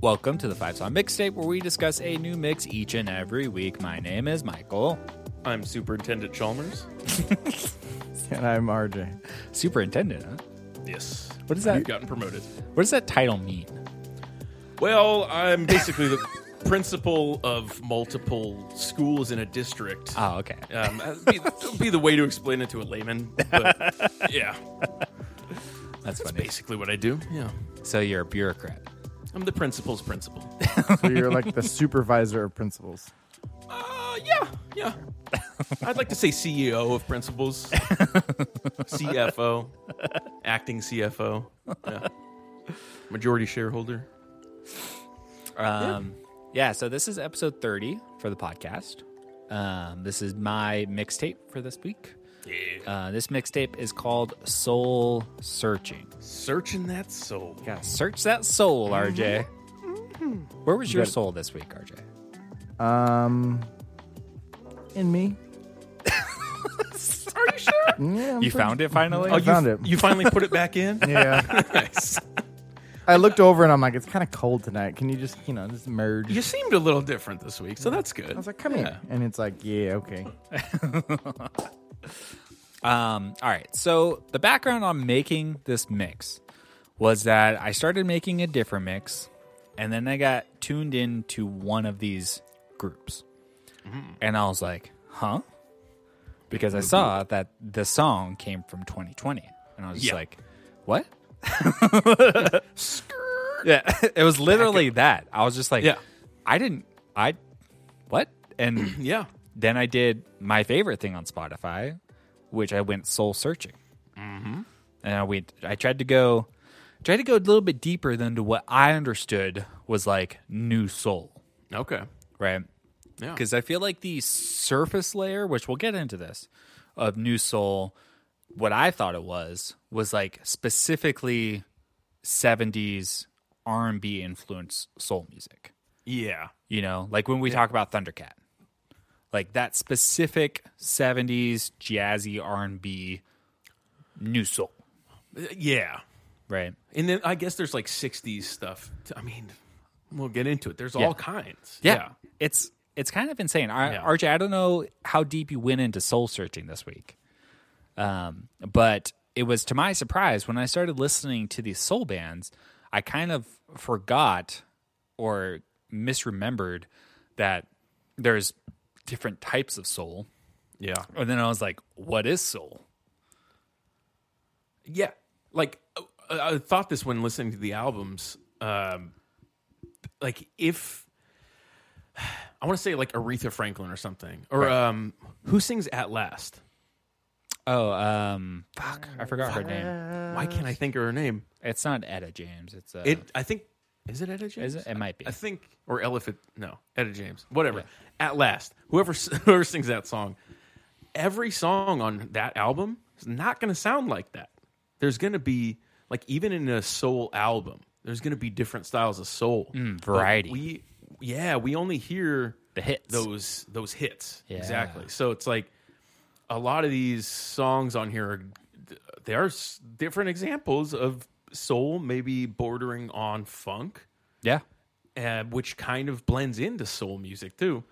Welcome to the Five Song Mixtape, where we discuss a new mix each and every week. My name is Michael. I'm Superintendent Chalmers. And I'm RJ. Superintendent, huh? Yes. What is that? You've gotten promoted. What does that title mean? Well, I'm basically the principal of multiple schools in a district. Oh, okay. Um, that'd be, that'd be the way to explain it to a layman. But yeah, That's that's funny. basically what I do. Yeah, So you're a bureaucrat. I'm the principal's principal. So you're like the supervisor of principals. Uh, yeah, yeah. I'd like to say CEO of principals, CFO, acting CFO, yeah. majority shareholder. Um, yeah. so this is episode 30 for the podcast. Um, this is my mixtape for this week. Uh, this mixtape is called Soul Searching. Searching that soul. Gotta search that soul, RJ. Where was your soul this week, RJ? Um, in me. Are you sure? Yeah, I'm You pretty- found it finally? Oh, you, found it. You finally put it back in? Yeah, nice. I looked over and I'm like, it's kind of cold tonight. Can you just, you know, just merge? You seemed a little different this week, so that's good. I was like, come here, and it's like, yeah, okay. Um, all right. So the background on making this mix was that I started making a different mix, and then I got tuned in to one of these groups, Mm-hmm. and I was like, "Huh?" Because I saw that the song came from 2020, and I was just Yeah. like, "What?" yeah, it was literally that. I was just like, Yeah. I didn't. I what?" And Yeah. then I did my favorite thing on Spotify, which I went soul searching, mm-hmm. and I went. I tried to go, tried to go a little bit deeper than to what I understood was like new soul, Okay. right? Yeah. Because I feel like the surface layer, which we'll get into this, of new soul, what I thought it was was like specifically seventies R and B influenced soul music yeah. you know like when we talk about thundercat like that specific 70s jazzy r&b new soul Uh, Yeah. right And then I guess there's like 60s stuff. t- I mean, we'll get into it. There's all kinds. it's it's kind of insane I, Yeah. rj i don't know how deep you went into soul searching this week um, but it was to my surprise when i started listening to these soul bands i kind of forgot or misremembered that there's different types of soul Yeah. Yeah. and then i was like what is soul Yeah, like uh, I thought this when listening to the albums. Um, like if I want to say like Aretha Franklin or something, or um, who sings "At Last"? Oh, um, fuck, I forgot her name. Why can't I think of her name? It's not Etta James. It's uh, It I think is it Etta is James? it? It might be. I think or Elephant? No, Etta James. Whatever. At Last, whoever s- whoever sings that song, every song on that album is not going to sound like that. There's going to be like even in a soul album, there's going to be different styles of soul But Mm, variety. We yeah, we only hear The hits. those those hits Yeah. exactly. So it's like a lot of these songs on here are they are s- different examples of soul maybe bordering on funk Yeah, uh, which kind of blends into soul music too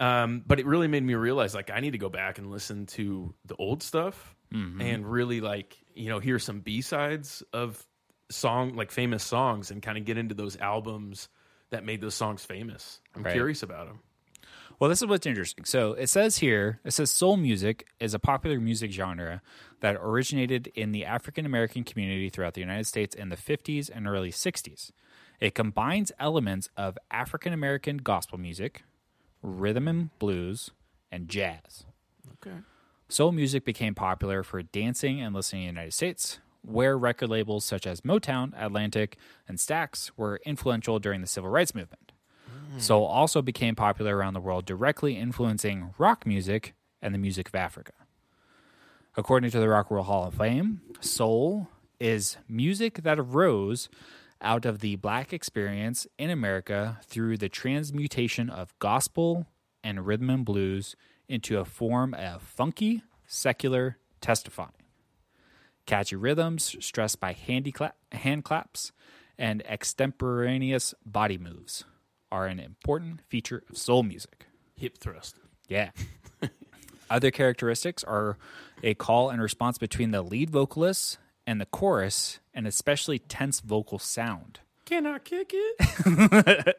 um, but it really made me realize like i need to go back and listen to the old stuff and really like you know hear some b-sides of song like famous songs and kind of get into those albums that made those songs famous i'm Right. curious about them Well, this is what's interesting. So it says here, it says soul music is a popular music genre that originated in the African American community throughout the United States in the 50s and early 60s. It combines elements of African American gospel music, rhythm and blues, and jazz. okay Soul music became popular for dancing and listening in the United States, where record labels such as Motown, Atlantic, and Stax were influential during the civil rights movement. Mm. Soul also became popular around the world, directly influencing rock music and the music of Africa. According to the Rock and Roll Hall of Fame, soul is music that arose out of the black experience in America through the transmutation of gospel and rhythm and blues into a form of funky, secular testifying. Catchy rhythms stressed by handy cla- hand claps and extemporaneous body moves are an important feature of soul music. Hip thrust. Yeah. Other characteristics are a call and response between the lead vocalist and the chorus, and especially tense vocal sound. Can I kick it?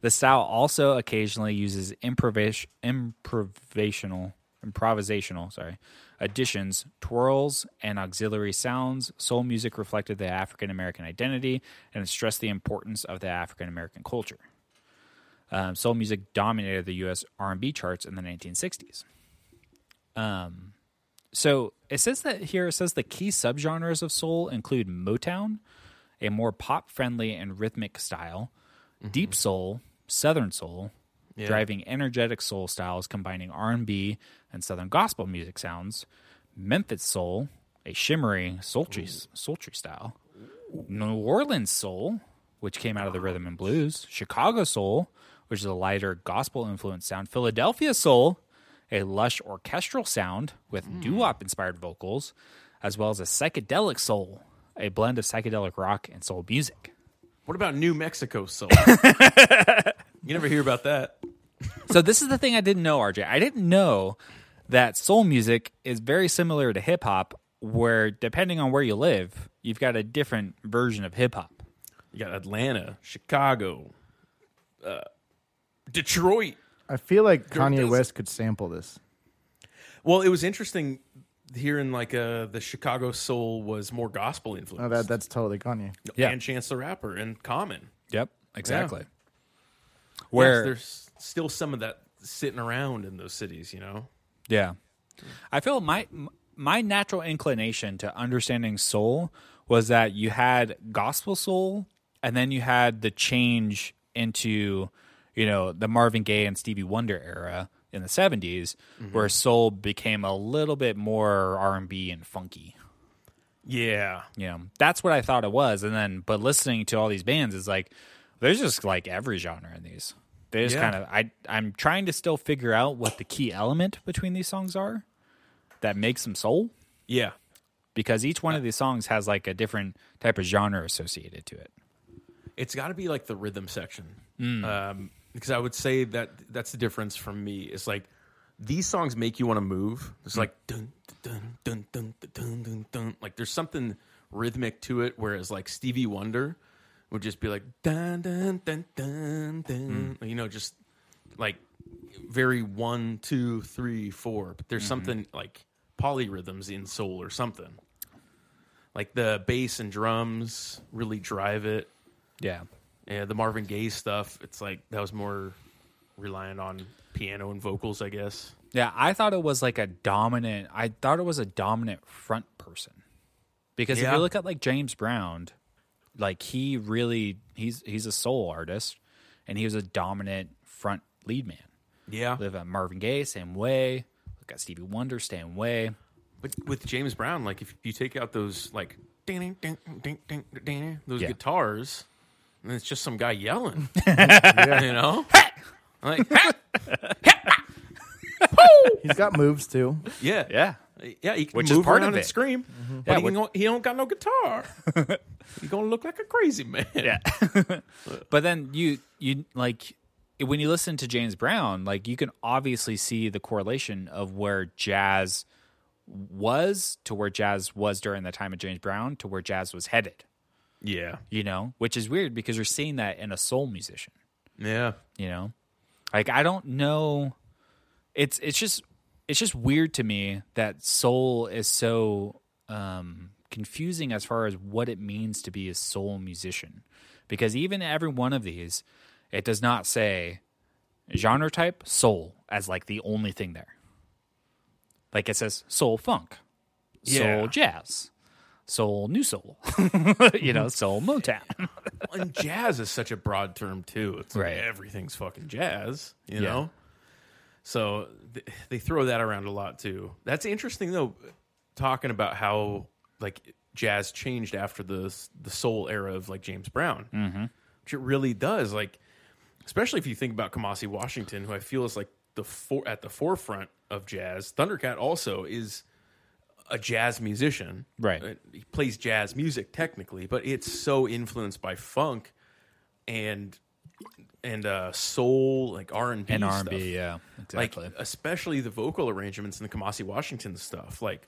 The style also occasionally uses improvis- improvisational, improvisational, sorry, additions, twirls, and auxiliary sounds. Soul music reflected the African American identity and stressed the importance of the African American culture. Um, soul music dominated the U.S. R&B charts in the 1960s. Um, so it says that here it says the key subgenres of soul include Motown, a more pop-friendly and rhythmic style, deep soul, southern soul, driving energetic soul styles combining R&B and southern gospel music sounds, Memphis soul, a shimmery, sultry, sultry style, New Orleans soul, which came out of the rhythm and blues, Chicago soul, which is a lighter gospel influenced sound, Philadelphia soul, a lush orchestral sound with doo-wop inspired vocals, as well as a psychedelic soul, a blend of psychedelic rock and soul music. What about New Mexico soul? you never hear about that. So this is the thing I didn't know, RJ. I didn't know that soul music is very similar to hip hop, where depending on where you live, you've got a different version of hip hop. You got Atlanta, Chicago, uh, Detroit. I feel like Kanye does. West could sample this. Well, it was interesting hearing like uh, the Chicago soul was more gospel influenced. Oh, that, that's totally Kanye. Yeah. And Chance the Rapper and Common. Yep, exactly. Yes, Where there's still some of that sitting around in those cities, you know? Yeah. I feel my my natural inclination to understanding soul was that you had gospel soul and then you had the change into you know the Marvin Gaye and Stevie Wonder era in the 70s where soul became a little bit more R&B and funky. Yeah. You know, that's what I thought it was and then but listening to all these bands is like there's just like every genre in these. They just Yeah. kind of I I'm trying to still figure out what the key element between these songs are that makes them soul Yeah. because each one of these songs has like a different type of genre associated to it. It's got to be like the rhythm section. Um, because I would say that that's the difference for me. It's like these songs make you want to move. It's like dun, dun, dun, dun, dun, dun, dun, dun. Like there's something rhythmic to it, whereas like Stevie Wonder would just be like dun, dun, dun, dun, dun. You know, just like very one, two, three, four. But there's something like polyrhythms in soul or something. Like the bass and drums really drive it. Yeah. Yeah, the Marvin Gaye stuff. It's like that was more reliant on piano and vocals, I guess. Yeah, I thought it was like a dominant I thought it was a dominant front person. Because if Yeah. you look at like James Brown, like he really he's he's a soul artist and he was a dominant front lead man. Yeah, Live at Marvin Gaye, same way. Look at Stevie Wonder, same way. but with James Brown, like if you take out those like ding, ding, ding, ding, ding, those Yeah. guitars, and it's just some guy yelling, you know, like He's got moves too. yeah, Yeah. yeah. He can Which is move part around of and it. Mm-hmm. scream, but Yeah, he, which- don't- he don't got no guitar. He's gonna look like a crazy man. Yeah. but then you you like when you listen to James Brown, like you can obviously see the correlation of where jazz was to where jazz was during the time of James Brown to where jazz was headed, yeah, you know, which is weird because you're seeing that in a soul musician, yeah. you know? Like I don't know it's it's just it's just weird to me that soul is so um confusing as far as what it means to be a soul musician because even every one of these it does not say genre type soul as like the only thing there like it says soul funk Yeah. soul jazz soul new soul you know soul motown and jazz is such a broad term too. It's like Right. everything's fucking jazz, you Yeah. know. So th- they throw that around a lot too. That's interesting though. Talking about how like jazz changed after the the soul era of like James Brown, mm-hmm. which it really does. Like especially if you think about Kamasi Washington, who I feel is like the for- at the forefront of jazz. Thundercat also is a jazz musician. Right. Uh, He plays jazz music technically, but it's so influenced by funk and and uh, soul, like R and B and stuff. R&B. Yeah, exactly. Like especially the vocal arrangements and the Kamasi Washington stuff. Like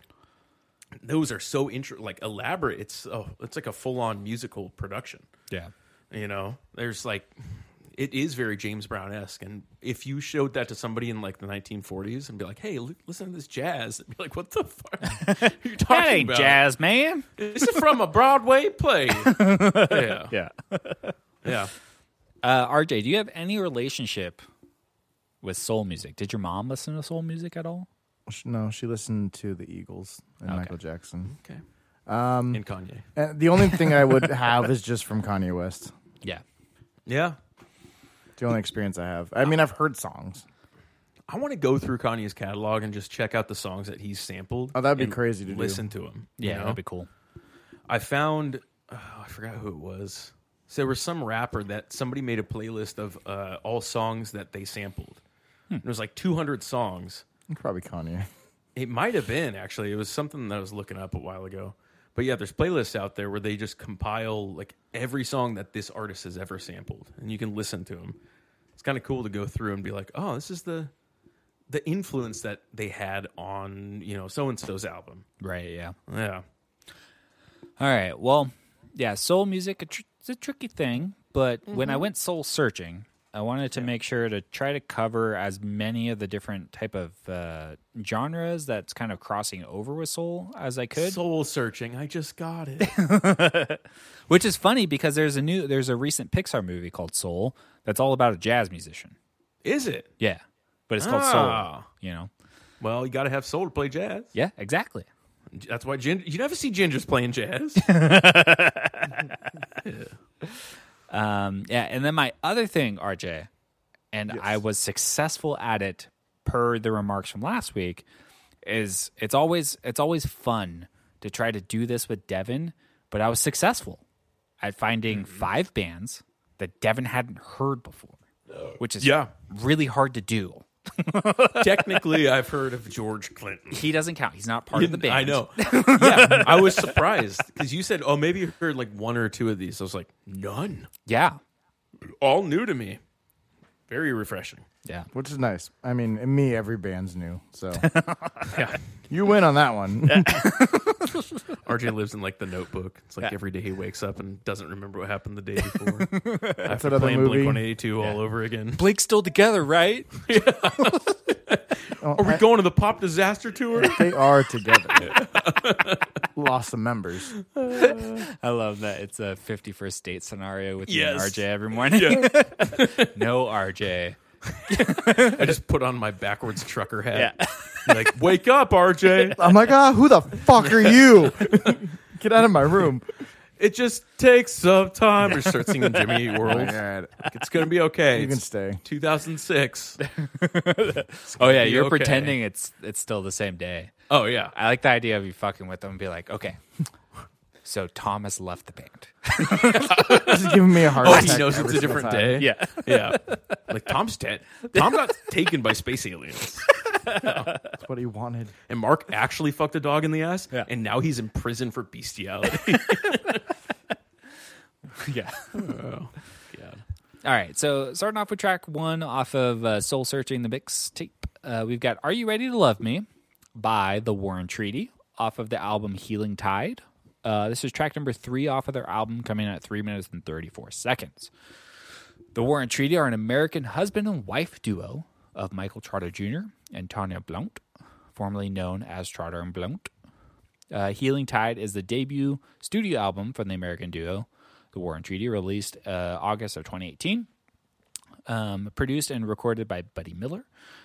those are so intro, like elaborate. It's oh, it's like a full on musical production. yeah, You know, there's like it is very James Brown esque, and if you showed that to somebody in like the 1940s and be like, "Hey, l- listen to this jazz," they'd be like, "What the fuck are you talking that ain't about? jazz, man. This is from a Broadway play." yeah, Yeah. yeah. Uh, RJ, do you have any relationship with soul music? Did your mom listen to soul music at all? Sh- No, she listened to the Eagles and Michael Jackson. Okay. Um, and Kanye. And the only thing I would have is just from Kanye West. Yeah. Yeah, The only experience I have. I mean, I've heard songs. I want to go through Kanye's catalog and just check out the songs that he's sampled. Oh, that'd be and crazy to do. listen to him. you Yeah, know? that'd be cool. I found oh, I forgot who it was. So there was some rapper that somebody made a playlist of uh, all songs that they sampled. And It was like 200 songs. Probably Kanye. It might have been actually. It was something that I was looking up a while ago. But yeah, there's playlists out there where they just compile like every song that this artist has ever sampled, and you can listen to them. It's kind of cool to go through and be like, oh, this is the the influence that they had on you know so and so's album. Right. Yeah. Yeah, All right. Well, yeah, soul music a tr- it's a tricky thing, but when I went soul searching, I wanted to make sure to try to cover as many of the different type of uh, genres that's kind of crossing over with soul as I could. soul searching. I just got it. Which is funny because there's a new there's a recent Pixar movie called Soul that's all about a jazz musician. is it? Yeah. But it's called Soul, Ah. you know. Well, you got to have soul to play jazz. Yeah, exactly. That's why Ginger, you never see Ginger's playing jazz. Um, yeah, and then my other thing, RJ, and I was successful at it per the remarks from last week, is it's always it's always fun to try to do this with Devin, but I was successful at finding five bands that Devin hadn't heard before, which is Yeah. really hard to do. Technically, I've heard of George Clinton. He doesn't count. He's not part of the band. I know. Yeah, I was surprised because you said, "Oh, maybe you heard like one or two of these." I was like, "None, Yeah. all new to me." Very refreshing. Yeah. Which is nice. I mean, and me, every band's new. So Yeah, you win on that one. RJ lives in like the Notebook. It's like every day he wakes up and doesn't remember what happened the day before. That's another playing movie. Blink One Eighty Two all over again. Blake's still together, right? Are we going to the pop disaster tour? they are together. Lost some members. I love that. It's a 51st date scenario with Yes. you and RJ every morning. no RJ. I just put on my backwards trucker hat. Yeah. Like, wake up, RJ. I'm like, ah, who the fuck are you? Get out of my room. It just takes some time. Just start singing Jimmy Eat World. God. It's gonna be okay. Oh, You can It's stay. 2006. Oh yeah, be you're okay. pretending it's it's still the same day. Oh yeah, I like the idea of you fucking with them and be like, okay, so Thomas left the band. This is giving me a heart Oh, attack. he knows every it's a single different day. time. Yeah. yeah. Like Tom's dead. Tom got taken by space aliens, That's what he wanted. and Mark actually fucked a dog in the ass, Yeah. and now he's in prison for bestiality. yeah. Oh. yeah. All right. So starting off with track one off of uh, Soul Searching the mixtape, uh, we've got "Are You Ready to Love Me" by the Warren Treaty off of the album Healing Tide. Uh, this is track number three off of their album, coming in at three minutes and thirty-four seconds. The Warren Treaty are an American husband and wife duo of Michael Trotter Jr. and Tanya Blount, formerly known as Trotter and Blount. Uh, Healing Tide is the debut studio album from the American duo, The Warren Treaty, released uh, August of 2018. Um, produced and recorded by Buddy Miller,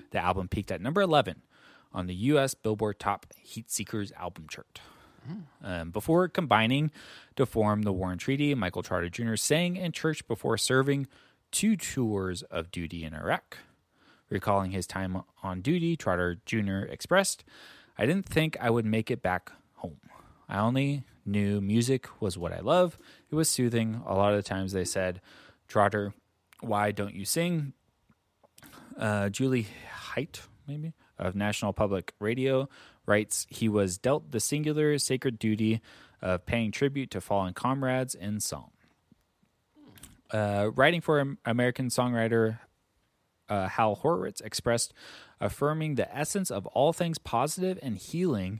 the album peaked at number 11 on the U.S. Billboard Top Heat Seekers album chart. Um, before combining to form the Warren Treaty, Michael Trotter Jr. sang in church before serving two tours of duty in Iraq. Recalling his time on duty, Trotter Jr. expressed, I didn't think I would make it back home. I only knew music was what I love. It was soothing. A lot of the times they said, Trotter, why don't you sing? Uh, Julie Height, maybe, of National Public Radio, writes he was dealt the singular sacred duty of paying tribute to fallen comrades in song. Uh, writing for Am- American songwriter uh, Hal Horwitz expressed, affirming the essence of all things positive and healing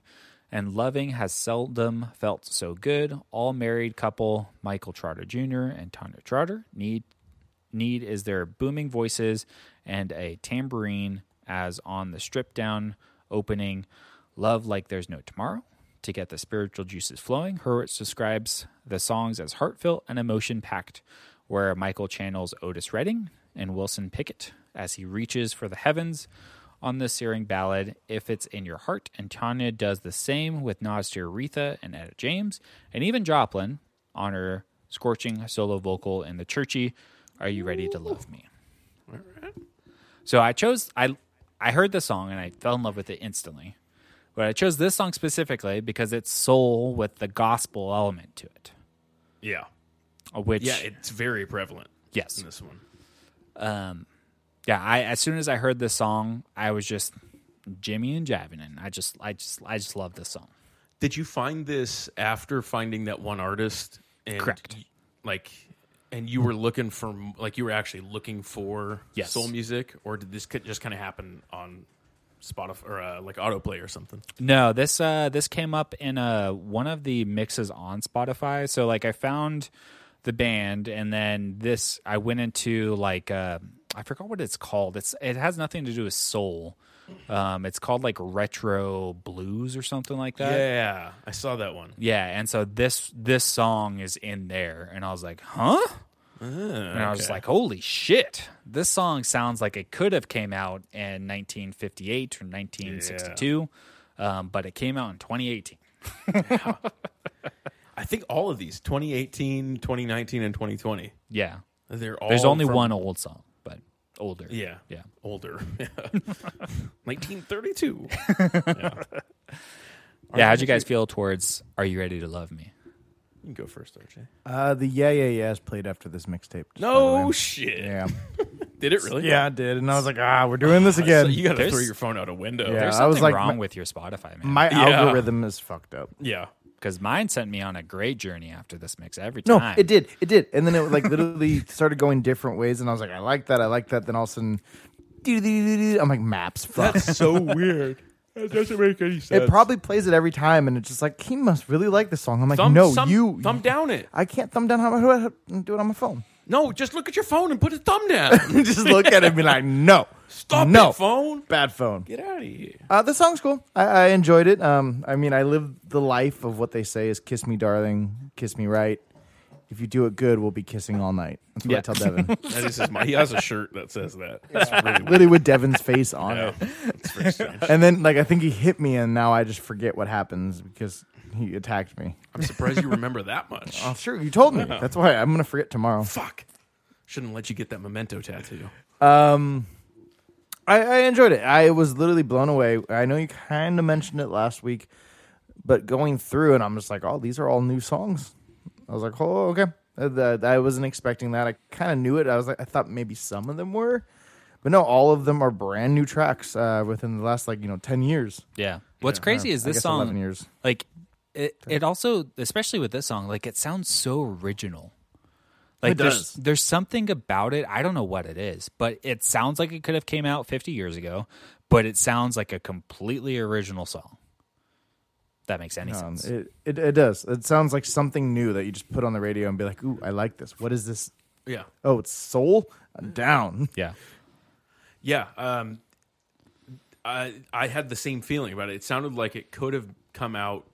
and loving has seldom felt so good. All married couple, Michael Trotter Jr. and Tanya Trotter, need need is their booming voices and a tambourine as on the stripped down opening Love Like There's No Tomorrow. To get the spiritual juices flowing, Hurwitz describes the songs as heartfelt and emotion packed, where Michael channels Otis Redding and Wilson Pickett as he reaches for the heavens on the searing ballad If It's In Your Heart, and Tanya does the same with nods to Aretha and Etta James, and even Joplin on her scorching solo vocal in the churchy Are You Ready to Love Me? So I chose I I heard the song and I fell in love with it instantly. But I chose this song specifically because it's soul with the gospel element to it. uh, Yeah. Which Yeah, it's very prevalent yes. in this one. Yeah, I as soon as I heard this song, I was just Jimmy and jiving and I just I just I just love this song. Did you find this after finding that one artist? And Correct. y- like, and you were looking for m- like you were actually looking for Yes. soul music, or did this ki- just kind of happen on Spotify or uh, like autoplay or something? No, this uh this came up in uh one of the mixes on Spotify. So like I found the band and then this I went into like uh I forgot what it's called. It's it has nothing to do with soul. Um it's called like retro blues or something like Uh, that. yeah, I saw that one. Yeah, and so this this song is in there, and I was like, huh? Ah, and I was okay. like, holy shit! This song sounds like it could have came out in 1958 or 1962, um, but it came out in 2018. I think all of these 2018, 2019, and 2020. Yeah, They're all there's only from- one old song, but older. Yeah. yeah. Older. 1932. yeah. How'd you guys feel towards "Are You Ready to Love Me"? You can go first, RJ. Uh, the yeah yeah yeahs played after this mixtape. just by the No way. shit. Yeah. Did it really? Yeah, I did, and I was like, ah, we're doing this So again. you got to There's- throw your phone out a window. Yeah. There's I was something like, wrong my- with your Spotify, man. My Yeah. algorithm is fucked up. Yeah. Because mine sent me on a great journey after this mix every No, time. it did, it did, and then it like literally started going different ways, and I was like, I like that, I like that. Then all of a sudden, doo-doo-doo-doo-doo, I'm like, maps, fuck. so weird. That doesn't make any sense. It probably plays it every time, and it's just like he must really like this song. I'm like, no, you. thumb down it. I can't thumb down how I- how I do it on my phone. No, just look at your phone and put a thumb down. just look at it and be like, no, Stop no, it, phone. bad phone. Get out of here. Uh, the song's cool. I, I enjoyed it. Um, I mean, I live the life of what they say is "kiss me, darling, kiss me right." If you do it good, we'll be kissing all night. That's what I Yeah. tell Devin. That is his, he has a shirt that says that. It's really weird. Literally with Devin's face on it. It's very strange. And then, like, I think he hit me, and now I just forget what happens because he attacked me. I'm surprised you remember that much. Oh, sure, you told me. That's why I'm gonna forget tomorrow. Fuck. Shouldn't let you get that memento tattoo. I, I enjoyed it. I was literally blown away. I know you kind of mentioned it last week, but going through and I'm just like, oh, these are all new songs. I was like, oh, okay. Uh, that- I wasn't expecting that. I kind of knew it. I was like, I thought maybe some of them were, but no, all of them are brand new tracks uh, within the last like you know ten years. Yeah. What's crazy is I this guess song 11 years. like it it also especially with this song like it sounds so original. Like It there's does. there's something about it, I don't know what it is, but it sounds like it could have came out 50 years ago, but it sounds like a completely original song. If That makes any Um, sense. it, it it does. It sounds like something new that you just put on the radio and be like, ooh, I like this. What is this? Yeah. Oh, it's soul. I'm down. yeah. Yeah, um, I I had the same feeling about it. It sounded like it could have come out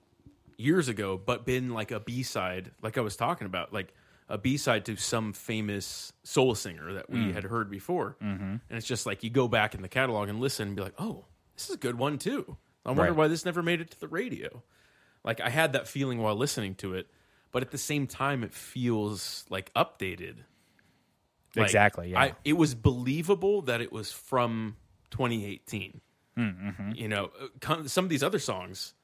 years ago, but been like a B side, like I was talking about, like a B side to some famous soul singer that we Mm. had heard before. Mm-hmm. And it's just like you go back in the catalog and listen and be like, oh, this is a good one too. I wonder Right. why this never made it to the radio. Like I had that feeling while listening to it, but at the same time, it feels like updated. Like, Exactly, yeah. I, it was believable that it was from 2018. You know, uh, con- some of these other songs,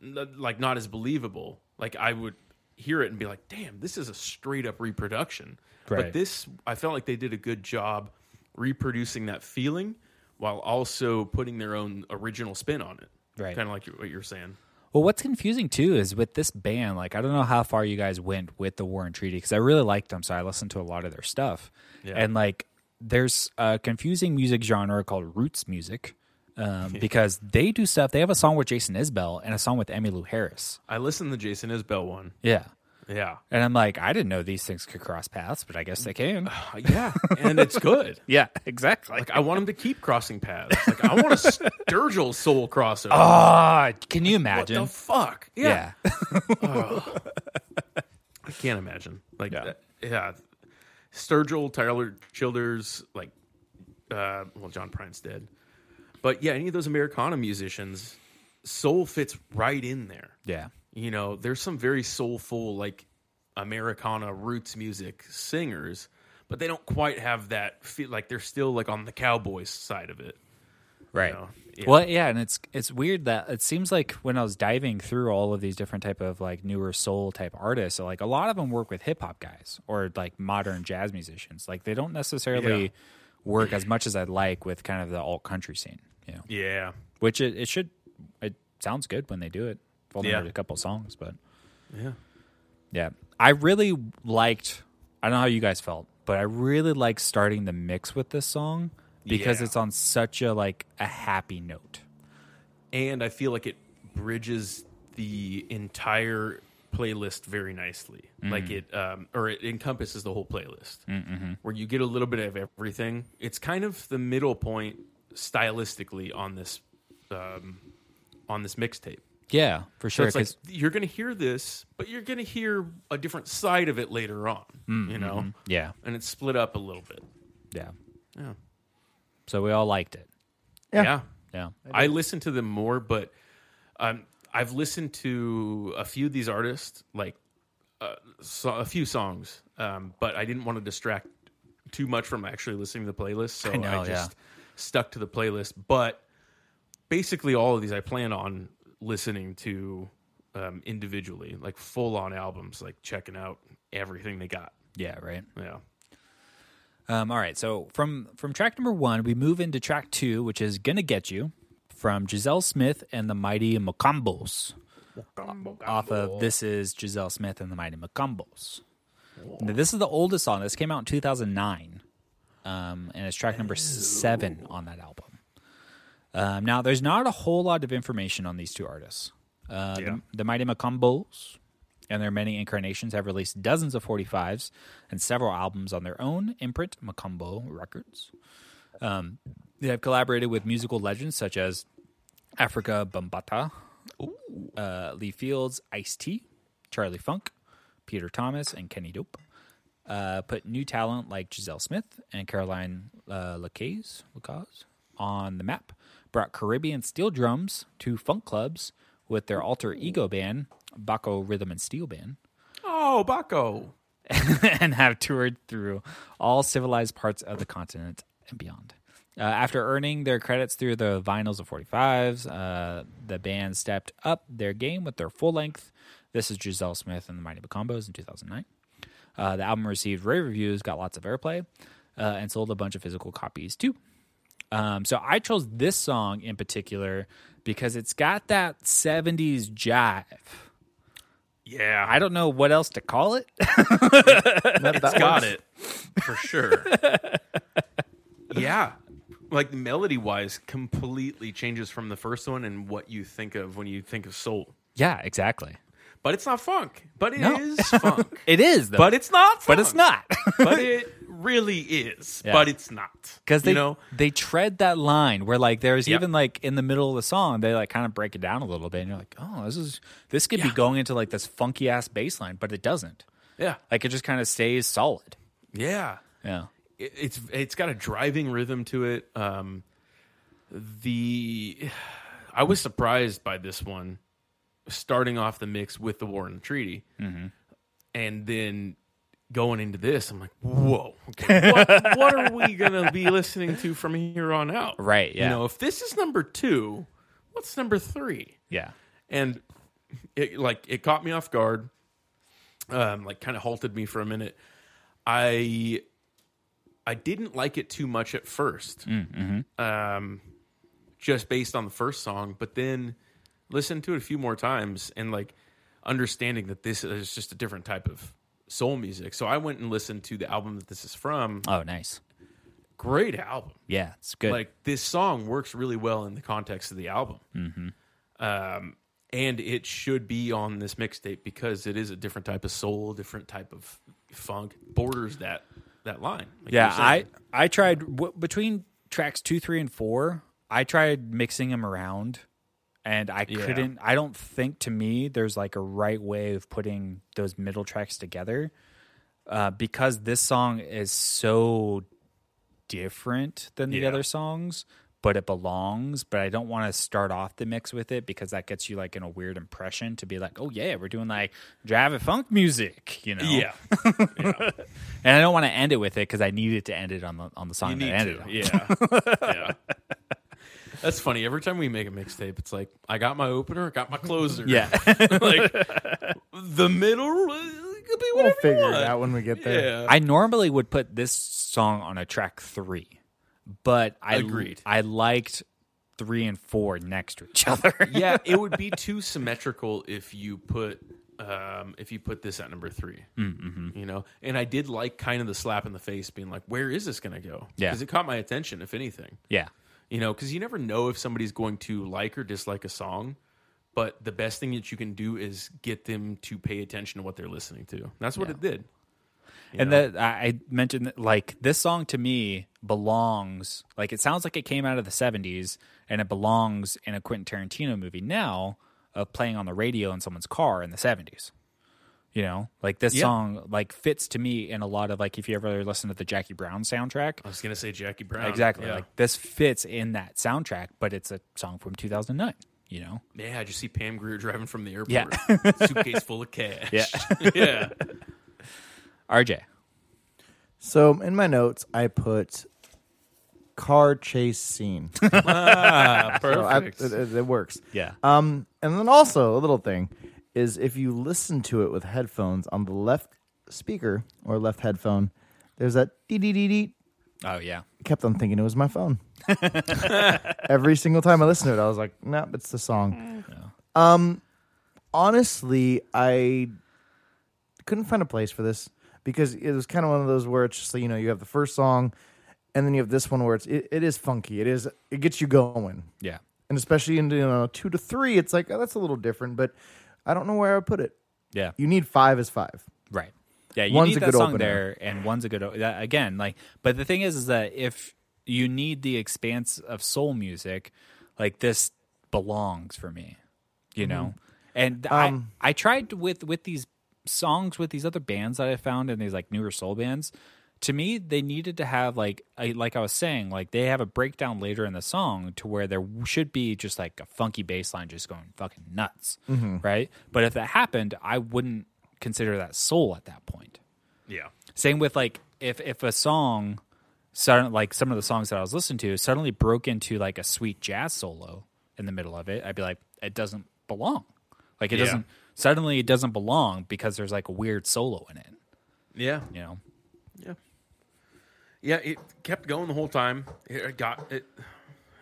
n- uh, like not as believable. Like I would hear it and be like, "Damn, this is a straight up reproduction." Right. But this, I felt like they did a good job reproducing that feeling while also putting their own original spin on it. Right. Kind of like what you're saying. Well, what's confusing too is with this band, like I don't know how far you guys went with the Warren Treaty because I really liked them, so I listened to a lot of their stuff. And like, there's a confusing music genre called roots music um, because they do stuff. They have a song with Jason Isbell and a song with Emmylou Harris. I listened to Jason Isbell one. Yeah, Yeah. and I'm like, I didn't know these things could cross paths, but I guess they can. Uh, Yeah. and it's good. yeah, exactly. Like I want him to keep crossing paths. Like I want a Sturgill soul crossover. Ah, can you what imagine? the fuck? yeah. I can't imagine. Like, yeah, yeah. Sturgill, Tyler Childers, like, uh, well, John Prine's dead, but yeah, any of those Americana musicians, soul fits right in there. yeah. You know, there's some very soulful, like Americana roots music singers, but they don't quite have that feel. Like they're still like on the Cowboys side of it. right know? Yeah. well yeah and it's it's weird that it seems like when i was diving through all of these different type of like newer soul type artists like a lot of them work with hip-hop guys or like modern jazz musicians like they don't necessarily Yeah. work as much as i'd like with kind of the alt country scene you know Yeah, which it, it should it sounds good when they do it I've only Yeah. heard a couple songs but yeah. yeah. I really liked I don't know how you guys felt, but I really like starting the mix with this song because Yeah. it's on such a like a happy note. and I feel like it bridges the entire playlist very nicely. Like it, um, or it encompasses the whole playlist, where you get a little bit of everything. It's kind of the middle point stylistically on this, um, on this mixtape. Yeah, for So sure. it's like 'cause- you're going to hear this, but you're going to hear a different side of it later on. You know, yeah, and it's split up a little bit. yeah. Yeah. So we all liked it. Yeah. yeah. Yeah. I listen to them more, but um, I've listened to a few of these artists, like uh, so, a few songs, um, but I didn't want to distract too much from actually listening to the playlist, so I, know, just stuck to the playlist. But basically, all of these I plan on listening to um, individually, like full on albums, like checking out everything they got. Yeah, right. Yeah, Um, all right. So from from track number one, we move into track two, which is "Gonna Get You" from Giselle Smith and the Mighty Mocambos. Off of this is Giselle Smith and the Mighty Mocambos. Now, this is the oldest song. This came out in 2009, um, and it's track number seven on that album. Um, now, there's not a whole lot of information on these two artists. Uh, Yeah. the, the Mighty Macombos and their many incarnations have released dozens of 45s and several albums on their own imprint, Macombo Records. Um, they have collaborated with musical legends such as Africa Bambata, uh, Lee Fields, Ice T, Charlie Funk, Peter Thomas, and Kenny Dope. Uh, put new talent like Giselle Smith and Caroline uh, Lacaze Lacaze on the map. Brought Caribbean steel drums to funk clubs with their alter ego band, Baco Rhythm and Steel Band, oh Baco, and have toured through all civilized parts of the continent and beyond. Uh, after earning their credits through the vinyls of 45s, uh, the band stepped up their game with their full length. This is Giselle Smith and the Mighty Bocombos in 2009. Uh, the album received rave reviews, got lots of airplay, uh, and sold a bunch of physical copies too. Um, so I chose this song in particular because it's got that 70s jive. yeah, I don't know what else to call it. That, that got works. it for sure. yeah, like melody wise, completely changes from the first one and what you think of when you think of soul. yeah, exactly. But it's not funk. But it is No. funk. It is, though. But it's not. Funk. but it's not but it really is. Yeah. But it's not because they you know they tread that line where like there's Yeah. even like in the middle of the song they like kind of break it down a little bit and you're like oh this is this could be going into like this funky ass bass line but it doesn't yeah like it just kind of stays solid yeah. yeah It, it's it's got a driving rhythm to it. Um, the I was surprised by this one, starting off the mix with the Warren Treaty, Mm-hmm. and then going into this, I'm like, whoa, okay, what, what are we gonna be listening to from here on out? Right, yeah. You know, if this is number two, what's number three? yeah and it like it caught me off guard um like kind of halted me for a minute i I didn't like it too much at 1st um, just based on the first song. But then listened to it a few more times and like understanding that this is just a different type of soul music. So I went and listened to the album that this is from. Oh, nice. Great album. Yeah, it's good. Like this song works really well in the context of the album. Mm-hmm. Um, and it should be on this mixtape because it is a different type of soul, different type of funk, borders that that line. like yeah, you're I saying. I tried w- between tracks two, three, and four. I tried mixing them around, and I couldn't. I don't think to me there's like a right way of putting those middle tracks together, uh, because this song is so different than the Yeah. other songs, but it belongs. But I don't want to start off the mix with it because that gets you like in a weird impression to be like, oh yeah, we're doing like drive and funk music, you know? yeah, And I don't want to end it with it because I needed to end it on the on the song that you need ended. to. on. Yeah, yeah. That's funny. Every time we make a mixtape, it's like I got my opener, got my closer. Yeah, like the middle uh, it could be whatever We'll you figure it want. out when we get there. Yeah, I normally would put this song on a track three, but I Agreed. I liked three and four next to each other. yeah. It would be too symmetrical if you put um, if you put this at number 3 Mm, Mm-hmm. You know, and I did like kind of the slap in the face, being like, "Where is this going to go?" Yeah. because it caught my attention. If anything, yeah, you know, because you never know if somebody's going to like or dislike a song. But the best thing that you can do is get them to pay attention to what they're listening to. That's what it did. you and know? that I I mentioned that, like this song to me belongs like it sounds like it came out of the '70s and it belongs in a Quentin Tarantino movie now of playing on the radio in someone's car in the '70s. You know, like this Yeah. song like fits to me in a lot of like if you ever listen to the Jackie Brown soundtrack, I was going to say Jackie Oh, Brown. Exactly. Yeah. Like this fits in that soundtrack, but it's a song from 2009. You know, Yeah, I just see Pam Greer driving from the airport. Yeah. Suitcase full of cash. Yeah. yeah. RJ. So in my notes, I put car chase scene. So I- Ah, Perfect. it- it- it works. Yeah. Um, and then also a little thing is if you listen to it with headphones on the left speaker or left headphone, there's that dee dee dee dee. oh yeah. I kept on thinking it was my phone. Every single time I listened to it, I was like, nope, it's the song. Um, honestly, I couldn't find a place for this because it was kind of one of those where it's just you know you have the first song, and then you have this one where it's it, it is funky. It is it gets you going Yeah. and especially in you know two to three, it's like oh, that's a little different. But I don't know where I would put it. Yeah. You need five is five. Right. Yeah. You One's need a that good song opener. there, and one's a good o- that, again. Like, but the thing is, is that if you need the expanse of soul music, like this belongs for me. You know, and Um, I I tried with with these songs with these other bands that I found and these like newer soul bands. To me, they needed to have like I, like I was saying, like they have a breakdown later in the song to where there should be just like a funky bass line just going fucking nuts, right? But if that happened, I wouldn't consider that soul at that point. yeah. Same with like if if a song sudden like some of the songs that I was listening to suddenly broke into like a sweet jazz solo in the middle of it, I'd be like, it doesn't belong. Like it Yeah. doesn't suddenly it doesn't belong because there's like a weird solo in it. Yeah. You know? Yeah. Yeah. It kept going the whole time. It it got it.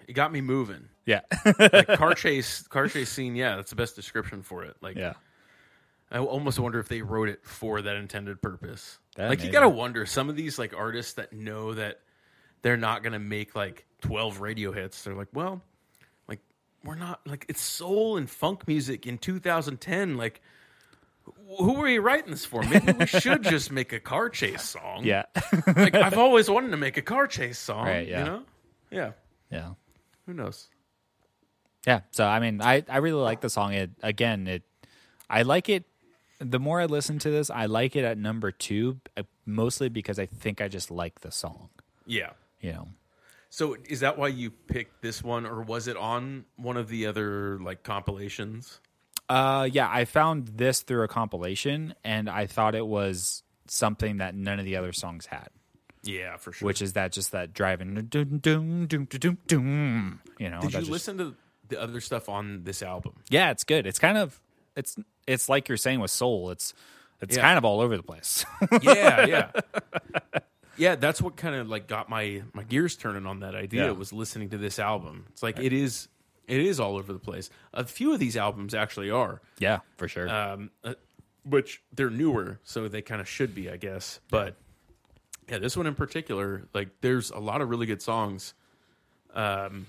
It got me moving. Yeah. Like car chase, car chase scene. Yeah, that's the best description for it. Like, I almost wonder if they wrote it for that intended purpose. That like, you maybe. gotta wonder some of these like artists that know that they're not gonna make like twelve radio hits. They're like, well, like we're not like it's soul and funk music in 2010. Like, wh- who were you writing this for? Maybe we should just make a car chase song. Yeah. like I've always wanted to make a car chase song. Right, yeah. You know? Yeah. yeah. Who knows? Yeah. So I mean, I I really like the song. It again, it I like it. The more I listen to this, I like it at number two, uh, mostly because I think I just like the song. Yeah. You know? So is that why you picked this one, or was it on one of the other like compilations? Uh, yeah. I found this through a compilation, and I thought it was something that none of the other songs had, Yeah, for sure. which is that just that driving, doom, doom, doom, doom, doom. You know? Did that you just- listen to the other stuff on this album? Yeah, it's good. It's kind of it's it's like you're saying with soul. It's it's Yeah. kind of all over the place. yeah, yeah. yeah, that's what kind of like got my my gears turning on that idea Yeah. was listening to this album. It's like it is it is all over the place. A few of these albums actually are, Yeah, for sure. um, uh, which they're newer, so they kind of should be, I guess. But yeah, this one in particular, like there's a lot of really good songs. Um,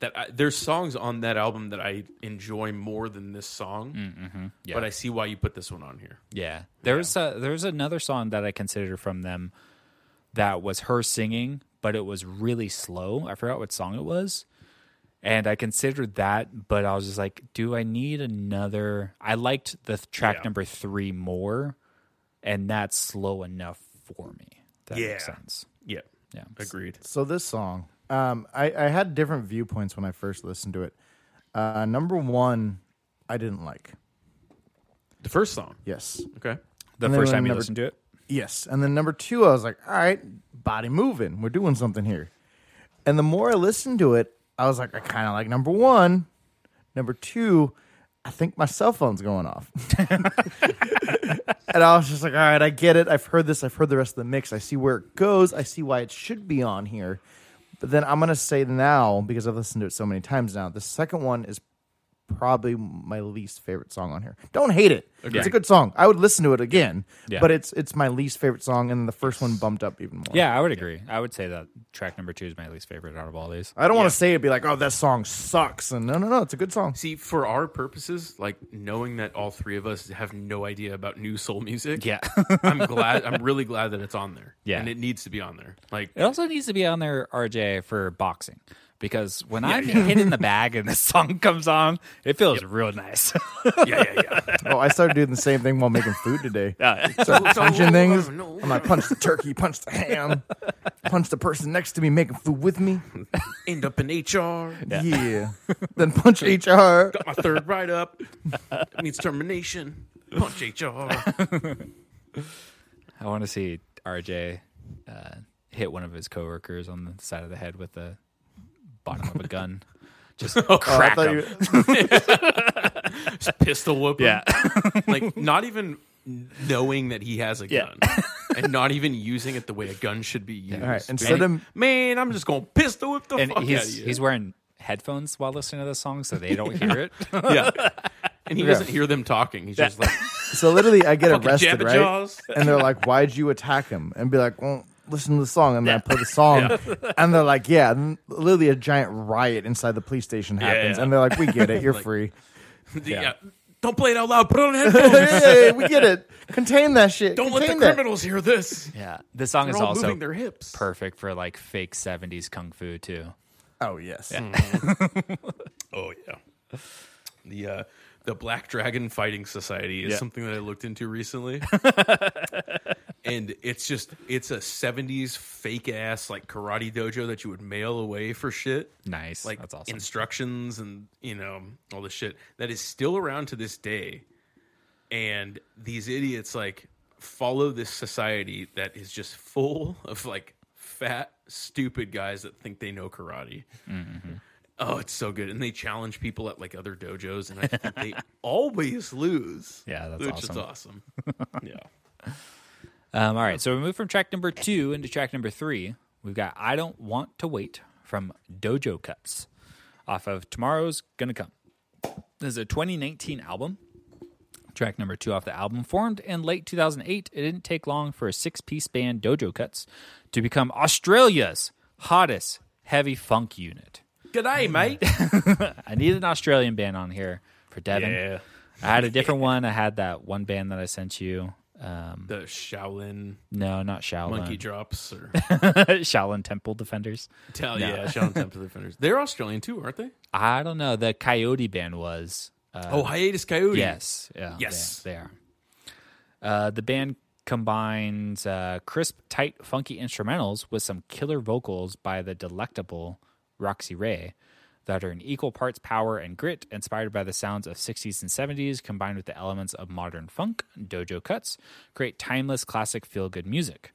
that I, there's songs on that album that I enjoy more than this song, Mm, mm-hmm. yeah. but I see why you put this one on here. Yeah. There's a there's another song that I considered from them that was her singing, but it was really slow. I forgot what song it was. And I considered that, but I was just like, do I need another I liked the th- track Yeah. number 3 more and that's slow enough for me. That Yeah. makes sense. Yeah, Yeah. agreed. So this song, um, I, I had different viewpoints when I first listened to it. Uh, number one, I didn't like. The first song, Yes, okay, The And then first time you number- listened to it? yes. And then number two, I was like, all right, body moving, we're doing something here. And the more I listened to it, I was like, I kind of like number one. Number two, I think my cell phone's going off. and I was just like, all right, I get it. I've heard this. I've heard the rest of the mix. I see where it goes. I see why it should be on here. But then I'm going to say now, because I've listened to it so many times now, the second one is probably my least favorite song on here. Don't hate it. It's a good song. I would listen to it again, Yeah. but it's it's my least favorite song, and the first one bumped up even more. Yeah, I would agree. I would say that track number 2 is my least favorite out of all these. I don't want to say it be like, oh, that song sucks, and no, no, no, it's a good song. See, for our purposes, like knowing that all three of us have no idea about new soul music, Yeah. I'm glad. I'm really glad that it's on there. Yeah. and it needs to be on there. Like, It also needs to be on there, RJ, for boxing. Because when I'm hitting the bag and the song comes on, it feels real nice. yeah, yeah, yeah. Oh, I started doing the same thing while making food today. Started So- oh, punching things. No. I'm like, punch the turkey, punch the ham, punch the person next to me making food with me. End up in HR. Yeah. then punch HR. Got my third write up. It means termination. Punch HR. I want to see RJ uh, hit one of his coworkers on the side of the head with the bottom of a gun. Just Oh, I crack thought him. you- Just pistol whoop. him. Yeah. like not even knowing that he has a gun, and not even using it the way a gun should be used. All right, instead And- of- man, I'm just gonna pistol whip the and fuck out he's of you. he's wearing headphones while listening to this song, so they don't hear it. yeah. And he doesn't hear them talking. He's just like so literally, I get arrested, Jabba right? Jaws. And they're like, "Why'd you attack him?" And be like, "Well, listen to the song." And then I play the song, and they're like, "Yeah." And literally, a giant riot inside the police station happens, yeah. and they're like, "We get it. You're free. yeah. Don't play it out loud. Put on headphones. hey, we get it. Contain that shit. Don't let the Contain that." criminals hear this. yeah, the song They're is all also moving their hips. perfect for like fake '70s kung fu too. Oh yes. oh yeah. The uh, the Black Dragon Fighting Society is Yeah. something that I looked into recently. and it's just it's a 70s fake ass like karate dojo that you would mail away for shit. Nice, like that's awesome. instructions and you know all this shit that is still around to this day and these idiots like follow this society that is just full of like fat stupid guys that think they know karate Mm-hmm. oh it's so good and they challenge people at like other dojos and i think they always lose Yeah, that's which is awesome yeah Um, all right, so we move from track number two into track number three. We've got "I Don't Want to Wait" from Dojo Cuts, off of "Tomorrow's Gonna Come." This is a 2019 album. Track number two off the album, formed in late 2008, it didn't take long for a six-piece band Dojo Cuts to become Australia's hottest heavy funk unit. good Mm-hmm. day mate I need an Australian band on here for Devin. I had a different one. I had that one band that I sent you. Um, the shaolin no, not Shaolin. monkey drops or Shaolin Temple Defenders. tell yeah shaolin temple defenders they're australian too aren't they I don't know. The Coyote Band was. Uh, oh hiatus coyote yes. Yeah, Yes. They, they are. Uh, the band combines uh, crisp, tight, funky instrumentals with some killer vocals by the delectable Roxy Ray that are in equal parts power and grit, inspired by the sounds of 60s and 70s, combined with the elements of modern funk, dojo cuts, create timeless classic feel good music.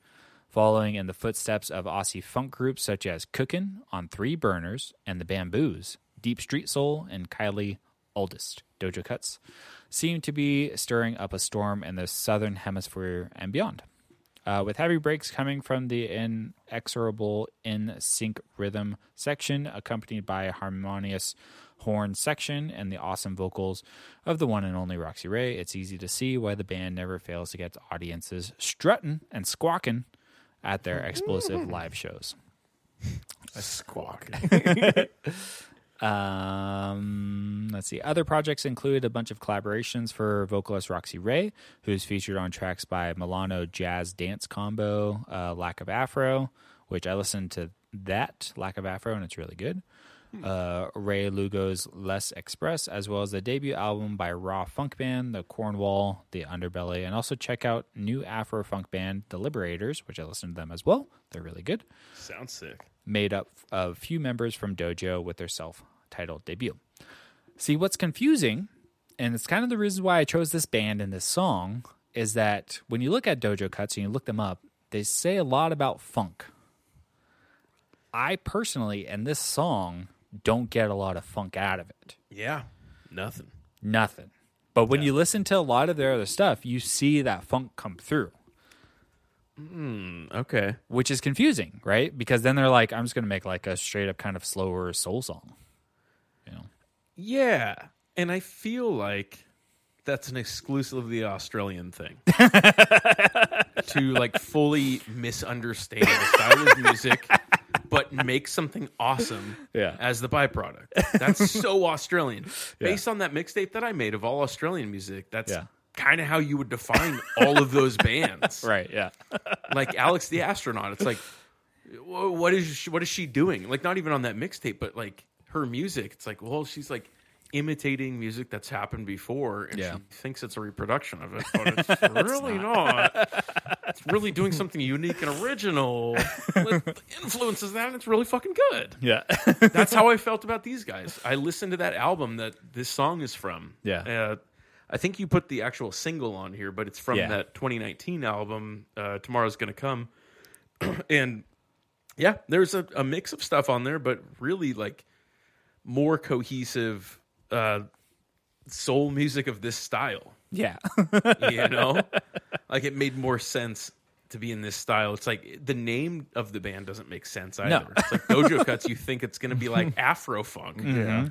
Following in the footsteps of Aussie funk groups such as Cookin' on Three Burners and the Bamboos, Deep Street Soul, and Kylie Aldist, Dojo Cuts, seem to be stirring up a storm in the southern hemisphere and beyond. uh, with heavy breaks coming from the inexorable in sync rhythm section, accompanied by a harmonious horn section and the awesome vocals of the one and only Roxy Ray. It's easy to see why the band never fails to get audiences strutting and squawking at their explosive live shows. A squawk. Um, let's see. Other projects include a bunch of collaborations for vocalist Roxy Ray, who's featured on tracks by Milano Jazz Dance Combo, uh, Lack of Afro, which I listened to that Lack of Afro, and it's really good. Uh, Ray Lugo's Less Express, as well as the debut album by Raw Funk Band, The Cornwall, The Underbelly, and also check out new Afro Funk band, The Liberators, which I listened to them as well. They're really good Sounds sick. made up of few members from Dojo with their self titled debut. See, what's confusing, and it's kind of the reason why I chose this band and this song, is that when you look at Dojo cuts and you look them up, they say a lot about funk. I personally, and this song, don't get a lot of funk out of it. Yeah. Nothing. Nothing. But when you listen to a lot of their other stuff, you see that funk come through. Okay. which is confusing, right? Because then they're like, I'm just going to make like a straight up kind of slower soul song. You know? Yeah. And I feel like that's an exclusively Australian thing. to like fully misunderstand the style of music but make something awesome Yeah. as the byproduct. That's so Australian. Based on that mixtape that I made of all Australian music, that's Yeah. kind of how you would define all of those bands. Right. Yeah. like Alex the astronaut. It's like, wh- what is she, what is she doing? Like not even on that mixtape, but like her music. It's like, well, she's like imitating music that's happened before, and Yeah. she thinks it's a reproduction of it, but it's really not. It's really doing something unique and original. It influences that, and it's really fucking good. Yeah. That's how I felt about these guys. I listened to that album that this song is from. Yeah. Uh, I think you put the actual single on here, but it's from Yeah. that 2019 album, uh, Tomorrow's Gonna Come. and yeah, there's a, a mix of stuff on there, but really like more cohesive uh, soul music of this style yeah. you know like it made more sense to be in this style it's like the name of the band doesn't make sense either it's like dojo cuts you think it's going to be like afro funk yeah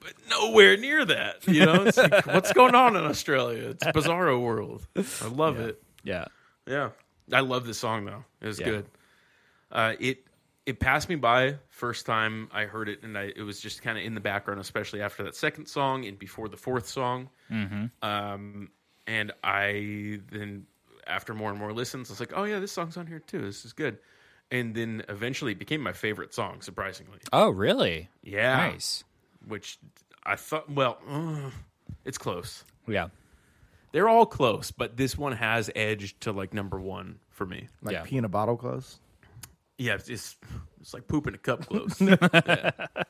but nowhere near that you know it's like what's going on in australia it's bizarro world i love it yeah. yeah i love this song though it was Yeah. good uh, it it passed me by first time i heard it and I, it was just kind of in the background especially after that second song and before the fourth song Mm-hmm. um, and I then after more and more listens, I was like, oh yeah, this song's on here too. This is good. And then eventually it became my favorite song, surprisingly. Oh, really? Yeah, Nice. Which I thought, well, uh, it's close. Yeah. They're all close, but this one has edge to like number one for me. Like Yeah. pee in a bottle close. Yeah, it's it's, it's like pooping a cup close. RJ.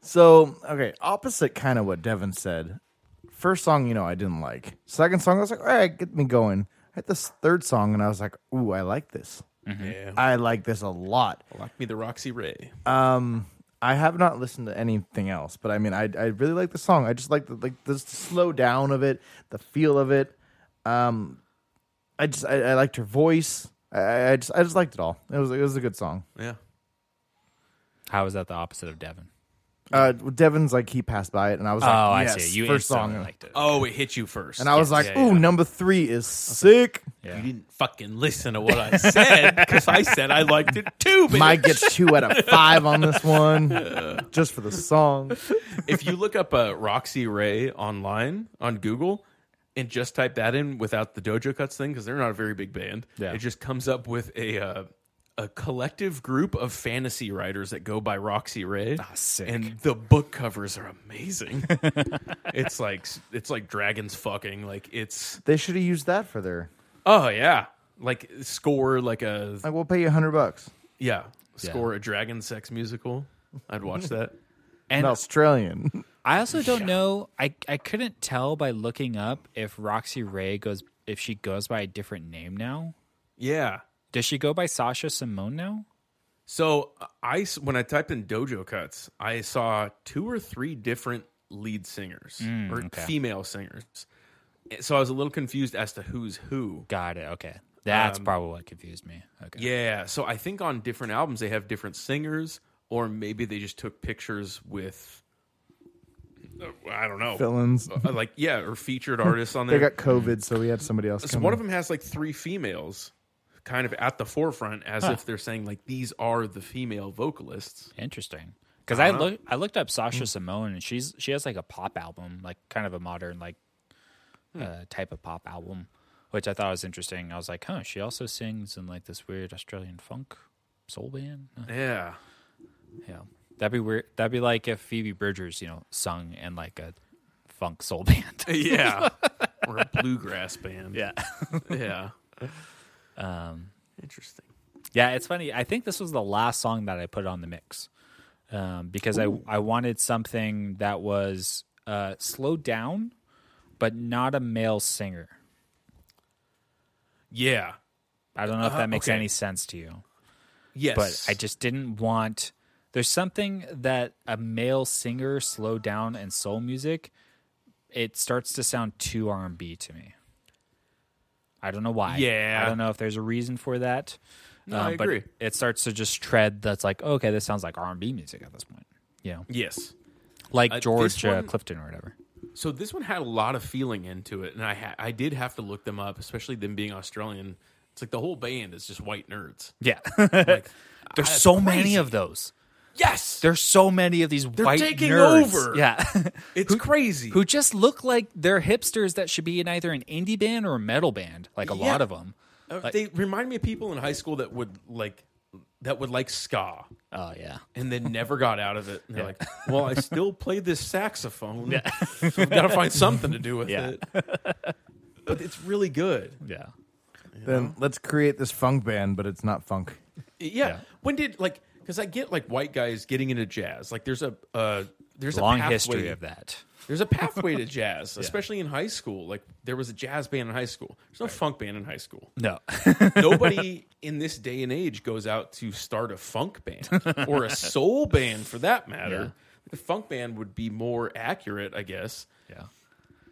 So, okay, opposite kind of what Devin said. First song, you know, I didn't like. Second song, I was like, all right, get me going. I had this third song, and I was like, ooh, I like this. yeah, I like this a lot. lock me the Roxy Ray. Um, I have not listened to anything else, but I mean, I I really like the song. I just like the like the slow down of it, the feel of it. Um, I just I, I liked her voice. I- I, I just I just liked it all. It was it was a good song. Yeah, How is that the opposite of Devin? Uh, Devin's like he passed by it, and I was Oh, like, I yes, see. You first song. instantly liked it. Oh, it hit you first. And I was Yes. like, Yeah, "Ooh, yeah. number three is sick. Yeah. You didn't fucking listen to what I said because I said I liked it too. But Mike gets two out of five on this one, just for the song." if you look up uh, Roxy Ray online on Google and just type that in without the Dojo Cuts thing, because they're not a very big band, Yeah. it just comes up with a uh, a collective group of fantasy writers that go by Roxy Ray. sick. And the book covers are amazing. it's like it's like dragons fucking. Like it's They should have used that for their. oh yeah, like score like a Like, we'll pay you a hundred bucks. yeah score a dragon sex musical. I'd watch that. An Australian. I also don't know. I, I couldn't tell by looking up if Roxy Ray goes, if she goes by a different name now. Yeah. Does she go by Sasha Simone now? So uh, I s- when I typed in dojo cuts, I saw two or three different lead singers or female singers. so I was a little confused as to who's who. Got it. Okay. That's probably what confused me. Okay. Yeah, so I think on different albums they have different singers, or maybe they just took pictures with uh, I don't know, Villains. Uh, like yeah, or featured artists on They there. mm. got COVID, so we had somebody else. so come one in. of them has like three females, kind of at the forefront, as if they're saying like these are the female vocalists. Interesting. Because I Hmm. look, I looked up Sasha Simone, and she's she has like a pop album, like kind of a modern like uh, type of pop album, which I thought was interesting. I was like, huh, she also sings in like this weird Australian funk soul band. Huh, Yeah, Yeah, that'd be weird. That'd be like if Phoebe Bridgers, you know, sung in like a funk soul band. yeah, or a bluegrass band. yeah. yeah. Um, Um, interesting. Yeah, it's funny. I think this was the last song that I put on the mix um, because I I wanted something that was uh, slowed down, but not a male singer. Yeah. I don't know if that makes okay. any sense to you, Yes. but I just didn't want. There's something that a male singer slowed down in soul music. It starts to sound too R and B to me. I don't know why. Yeah. I don't know if there's a reason for that. Um, No, I but agree. It starts to just tread. That's like okay, this sounds like R and B music at this point. You know, yes. like this George uh, one- Clifton or whatever. So this one had a lot of feeling into it, and I ha- I did have to look them up, especially them being Australian. It's like the whole band is just white nerds. Yeah, Like, there's that's so many crazy. of those. Yes, There's so many of these white taking nerds. over. Yeah, it's crazy. who just look like they're hipsters that should be in either an indie band or a metal band. Like a Yeah. lot of them. Uh, they remind me of people in high school that would like that would like ska Oh yeah, and then never got out of it. And they're like, "Well, I still play this saxophone, so I've got to find something to do with Yeah. it." But it's really good. yeah. Then let's create this funk band, but it's not funk. Yeah. Yeah. When did like because I get like white guys getting into jazz. Like there's a uh, there's Long a pathway, history of that. There's a pathway to jazz, especially in high school. Like there was a jazz band in high school. There's no funk band in high school. No, Nobody in this day and age goes out to start a funk band or a soul band for that matter. The funk band would be more accurate, I guess. yeah,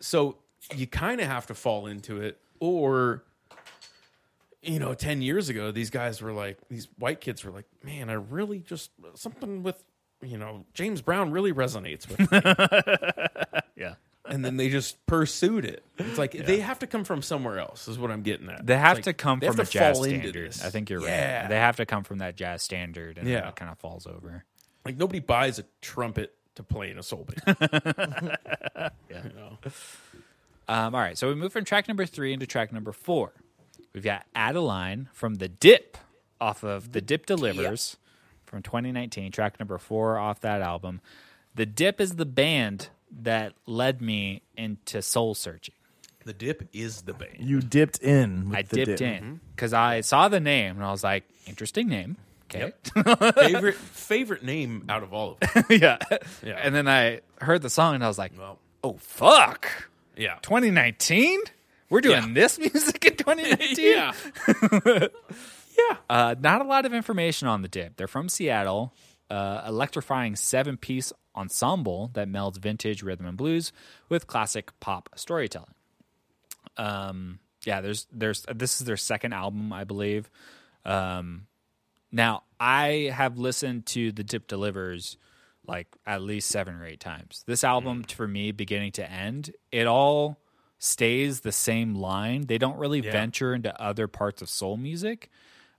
So you kind of have to fall into it or you know, 10 years ago, these guys were like, these white kids were like, man, I really just, something with, you know, James Brown really resonates with me. yeah. and then they just pursued it. It's like, they have to come from somewhere else, is what I'm getting at. They It's have like, to come they from have a to jazz fall into standard. this. I think you're Yeah. right. They have to come from that jazz standard, and then Yeah. it kind of falls over. Like, nobody buys a trumpet to play in a soul band. yeah. You know? Um, all right, so we move from track number three into track number four. We've got Adeline from The Dip off of The Dip Delivers from 2019, track number four off that album. The Dip is the band that led me into soul searching. The dip is the band. You dipped in. With I the dipped dip. in Mm-hmm. because I saw the name and I was like, interesting name. Okay. favorite, favorite name out of all of them. yeah. Yeah. And then I heard the song and I was like, Well, oh, fuck. yeah. 2019? We're doing Yeah. this music in 2019? Yeah. yeah. Uh, not a lot of information on the dip. They're from Seattle, uh, electrifying seven piece ensemble that melds vintage rhythm and blues with classic pop storytelling. Um, yeah, there's there's this is their second album, I believe. Um, now I have listened to the Dip Delivers like at least seven or eight times. This album Mm. for me, beginning to end, it all stays the same line. They don't really venture into other parts of soul music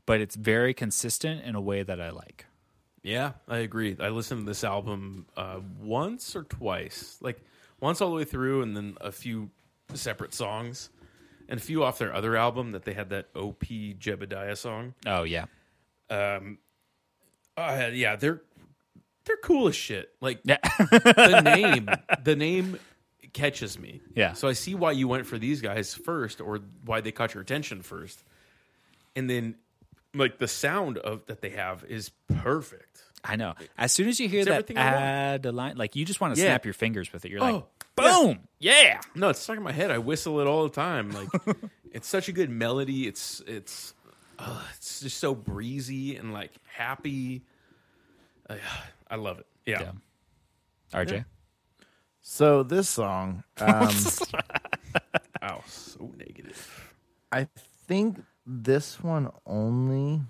but it's very consistent in a way that I like. Yeah, I agree. I listened to this album uh, once or twice, like once all the way through, and then a few separate songs, and a few off their other album that they had that OP Jebediah song. Oh yeah, Uh, yeah, they're they're cool as shit. Like yeah, the name, the name catches me. Yeah. So I see why you went for these guys first, or why they caught your attention first, and then like the sound of that they have is perfect. I know. As soon as you hear that everything I want. add a line, like you just want to Yeah. snap your fingers with it. You're like, Oh, boom, yeah. No, it's stuck in my head. I whistle it all the time. Like it's such a good melody. It's it's uh, it's just so breezy and like happy. Uh, I love it. Yeah. Yeah. RJ, uh, So this song, um, Wow, so negative. I think this one only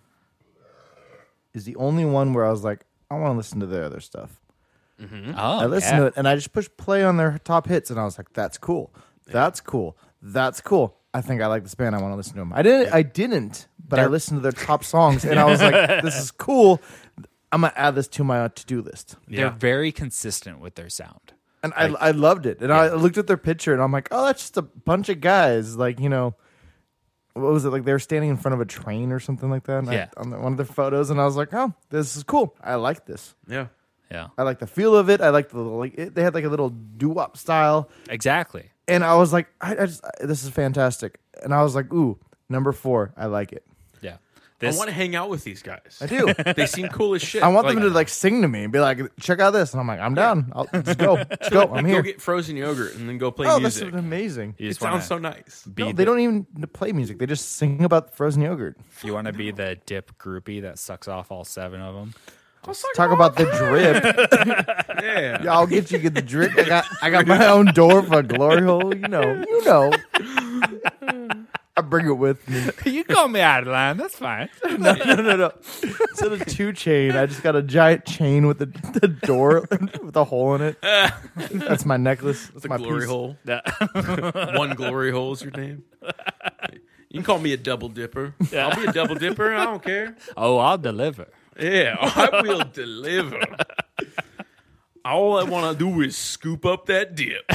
is the only one where I was like, I want to listen to their other stuff. Oh, I listened to it and I just pushed play on their top hits and I was like, that's cool. That's cool. That's cool. I think I like this band. I want to listen to them. I didn't I didn't, but I listened to their top songs and I was like, this is cool. I'm gonna add this to my to-do list. They're very consistent with their sound. And I, I loved it. And I looked at their picture and I'm like, oh, that's just a bunch of guys. Like, you know, what was it? Like they were standing in front of a train or something like that. and I- Yeah. on the, one of their photos. And I was like, oh, this is cool. I like this. Yeah. Yeah, I like the feel of it. I like the little, like, it, they had like a little doo wop style. exactly. And I was like, I, I just, I- this is fantastic. And I was like, ooh, number four. I like it. Yeah, I this want to hang out with these guys. I do. they seem cool as shit. I want them to like sing to me and be like, check out this. And I'm like, I'm down. I'll just go. Just go. I'm go here. get frozen yogurt and then go play Oh, that's music. amazing. you It just want sounds so to nice. be. No, the- they don't even play music. They just sing about frozen yogurt. You want to be the dip groupie that sucks off all seven of them. Talk about the drip. yeah. Yeah, I'll get you get the drip. I got I got my own door for a glory hole. You know, you know. I bring it with me. you call me out of line. That's fine. No, no, no, no. Instead of two chain, I just got a giant chain with the, the door with a hole in it. That's my necklace. That's The my glory piece. hole. One glory hole is your name. You can call me a double dipper. I'll be a double dipper. I don't care. oh, I'll deliver. Yeah, I will deliver. All I want to do is scoop up that dip.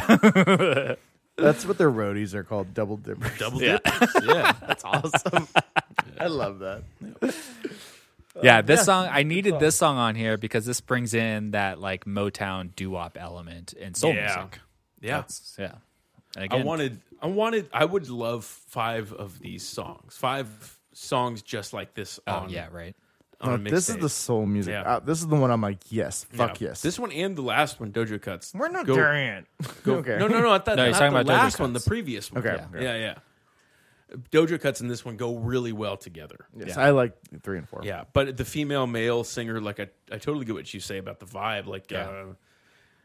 That's what their roadies are called. Double dippers. Double Yeah. dippers. Yeah. That's awesome. I love that. Uh, Yeah, this song I needed this song on here because this brings in that like Motown doo wop element in soul Yeah. music. Yeah. That's- yeah. And I again, wanted I wanted I would love five of these songs. Five songs just like this Oh on yeah, right. on a This is mixtape. the soul music. Yeah. Uh, this is the one I'm like, yes, fuck Yeah. yes. This one and the last one, Dojo Cuts. We're not Go- Durant. go- okay. No, no, no. I thought No, he's not talking the about Doja last one, the Cuts. previous one. Okay. Yeah. yeah, yeah. Dojo Cuts and this one go really well together. Yes, I like three and four. Yeah, but the female male singer, like I, I totally get what you say about the vibe. Like, Yeah. uh,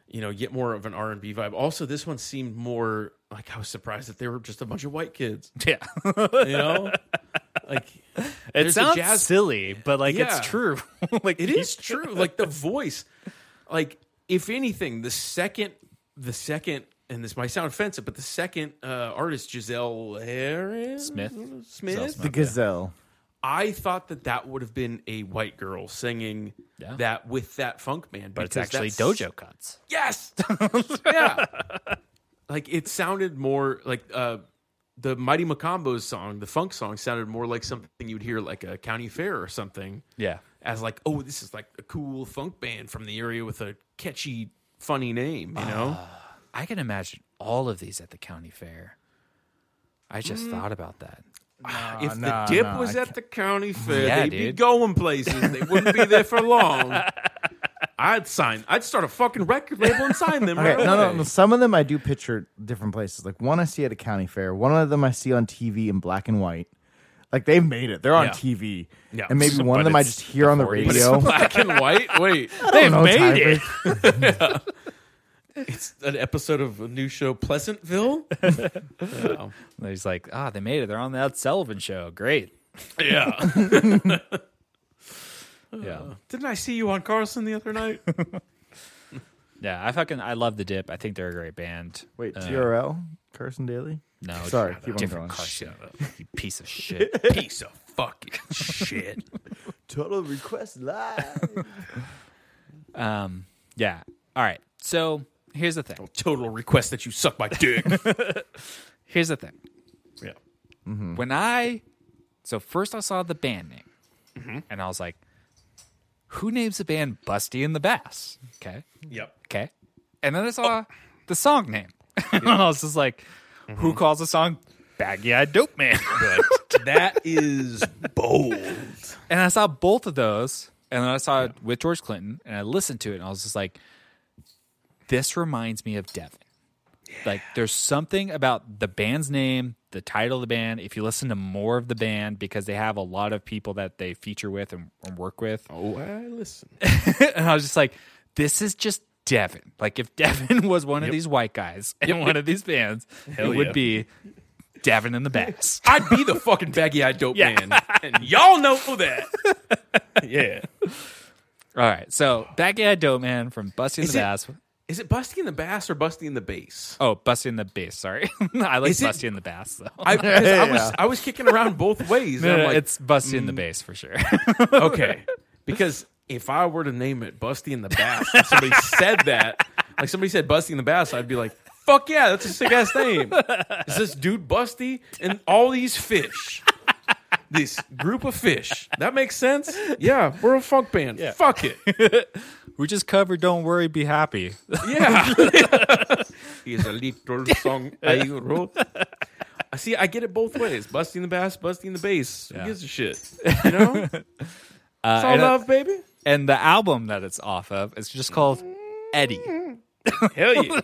you know, get more of an R and B vibe. Also, this one seemed more like I was surprised that they were just a bunch of white kids. Yeah. You know, like it there's a sounds jazz- silly, but like Yeah. it's true. like It is true. Like the voice, like if anything, the second, the second, and this might sound offensive, but the second uh, artist, Giselle Harris Smith. Giselle Smith, Smith. The gazelle. I thought that that would have been a white girl singing Yeah. that with that funk man, but it's actually Dojo cuts. Yes, yeah. Like it sounded more like uh, the Mighty Macambo's song, the funk song, sounded more like something you'd hear like a county fair or something Yeah. as like, oh, this is like a cool funk band from the area with a catchy, funny name, you know? I can imagine all of these at the county fair. I just thought about that. if the Ah, nah, dip nah, was I at the county fair, Yeah, they'd be dude. going places. They wouldn't be there for long. I'd sign. I'd start a fucking record label and sign them. Okay, right no, no, away. no. Some of them I do picture different places. Like one I see at a county fair. One of them I see on TV in black and white. Like they've made it. They're on Yeah. TV. Yeah. And maybe one But of them I it's just hear on the 40s. radio. Black and white. Wait, They've know, made Tiger. it. it's an episode of a new show, Pleasantville. yeah. And he's like, ah, they made it. They're on that Sullivan show. Great. yeah. Uh. Yeah. Didn't I see you on Carlson the other night? Yeah. I fucking I love the dip. I think they're a great band. Wait, Uh, TRL? Carson Daly? No, Sorry, it's keep on different going. Carson, you piece of shit. Piece of fucking shit. Total request live. Um, yeah. All right. So here's the Oh. thing. Total request that you suck my dick. Here's the thing. yeah. Mm. When I so first I saw the band name, Mm-hmm. and I was like, "Who names the band Busty and the Bass?" Okay, Yep. okay. And then I saw Oh. the song name, and I was just like, "Who Mm-hmm. calls the song Baggy Eyed Dope Man?" that is bold. and I saw both of those, and then I saw it with George Clinton, and I listened to it, and I was just like, "This reminds me of Devin." Like, there's something about the band's name, the title of the band. If you listen to more of the band, because they have a lot of people that they feature with and, and work with, Oh, I listen. and I was just like, "This is just." Devin, like if Devin was one of these white guys in one of these bands, it would yeah. be Davin and the Bass. I'd be the fucking baggy eyed dope man. And y'all know that. yeah. All right, so Backyard Dope Man from Busting Is the it- Bass. Is it busting the bass or busting the bass? Oh, Busting the Bass. Sorry, I like Is it- Busting the Bass though. I, 'cause I was Yeah. I was kicking around both ways. No, and no, I'm like, it's Busting the Bass for sure. okay. Because if I were to name it Busty and the Bass, and somebody said that, like somebody said Busty and the Bass, I'd be like, fuck yeah, that's a sick ass name. Is this dude Busty and all these fish? This group of fish. That makes sense? Yeah, we're a funk band. Fuck it. we just covered "Don't Worry, Be Happy." Yeah. Here's a little song I wrote. I See, I get it both ways. Busting the bass, busting the bass. Who gives a shit? You know? it's all and, uh, love, baby. and the album that it's off of is just called Eddie. Hell yeah.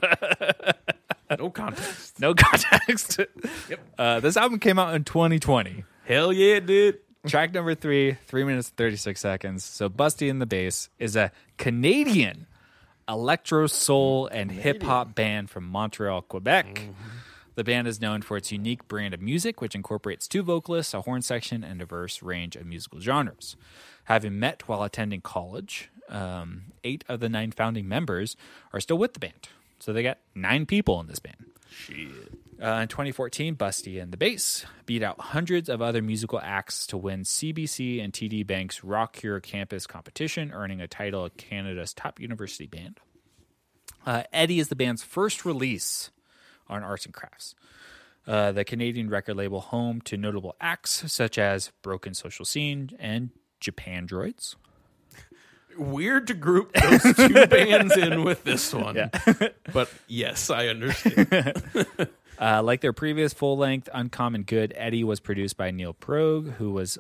no contest. No context. Uh, this album came out in 2020. Hell yeah, dude. Track number three, three minutes and 36 seconds. So, Busty in the Bass is a Canadian electro soul and hip hop band from Montreal, Quebec. The band is known for its unique brand of music, which incorporates two vocalists, a horn section, and a diverse range of musical genres. Having met while attending college, um, eight of the nine founding members are still with the band. So, they got nine people in this band. Uh, in 2014, Busty and the Bass beat out hundreds of other musical acts to win CBC and TD Bank's Rock Cure Campus competition, earning a title of Canada's top university band. Uh, Eddie is the band's first release on Arts and Crafts, uh, the Canadian record label home to notable acts such as Broken Social Scene and Japan Droids. Weird to group those two bands in with this one. but yes, I understand. Uh, like their previous full length, Uncommon Good, Eddie was produced by Neil Progue, who was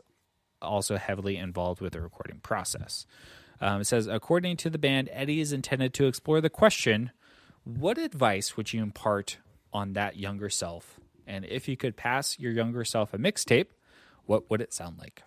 also heavily involved with the recording process. Um, it says, according to the band, Eddie is intended to explore the question what advice would you impart on that younger self? And if you could pass your younger self a mixtape, what would it sound like?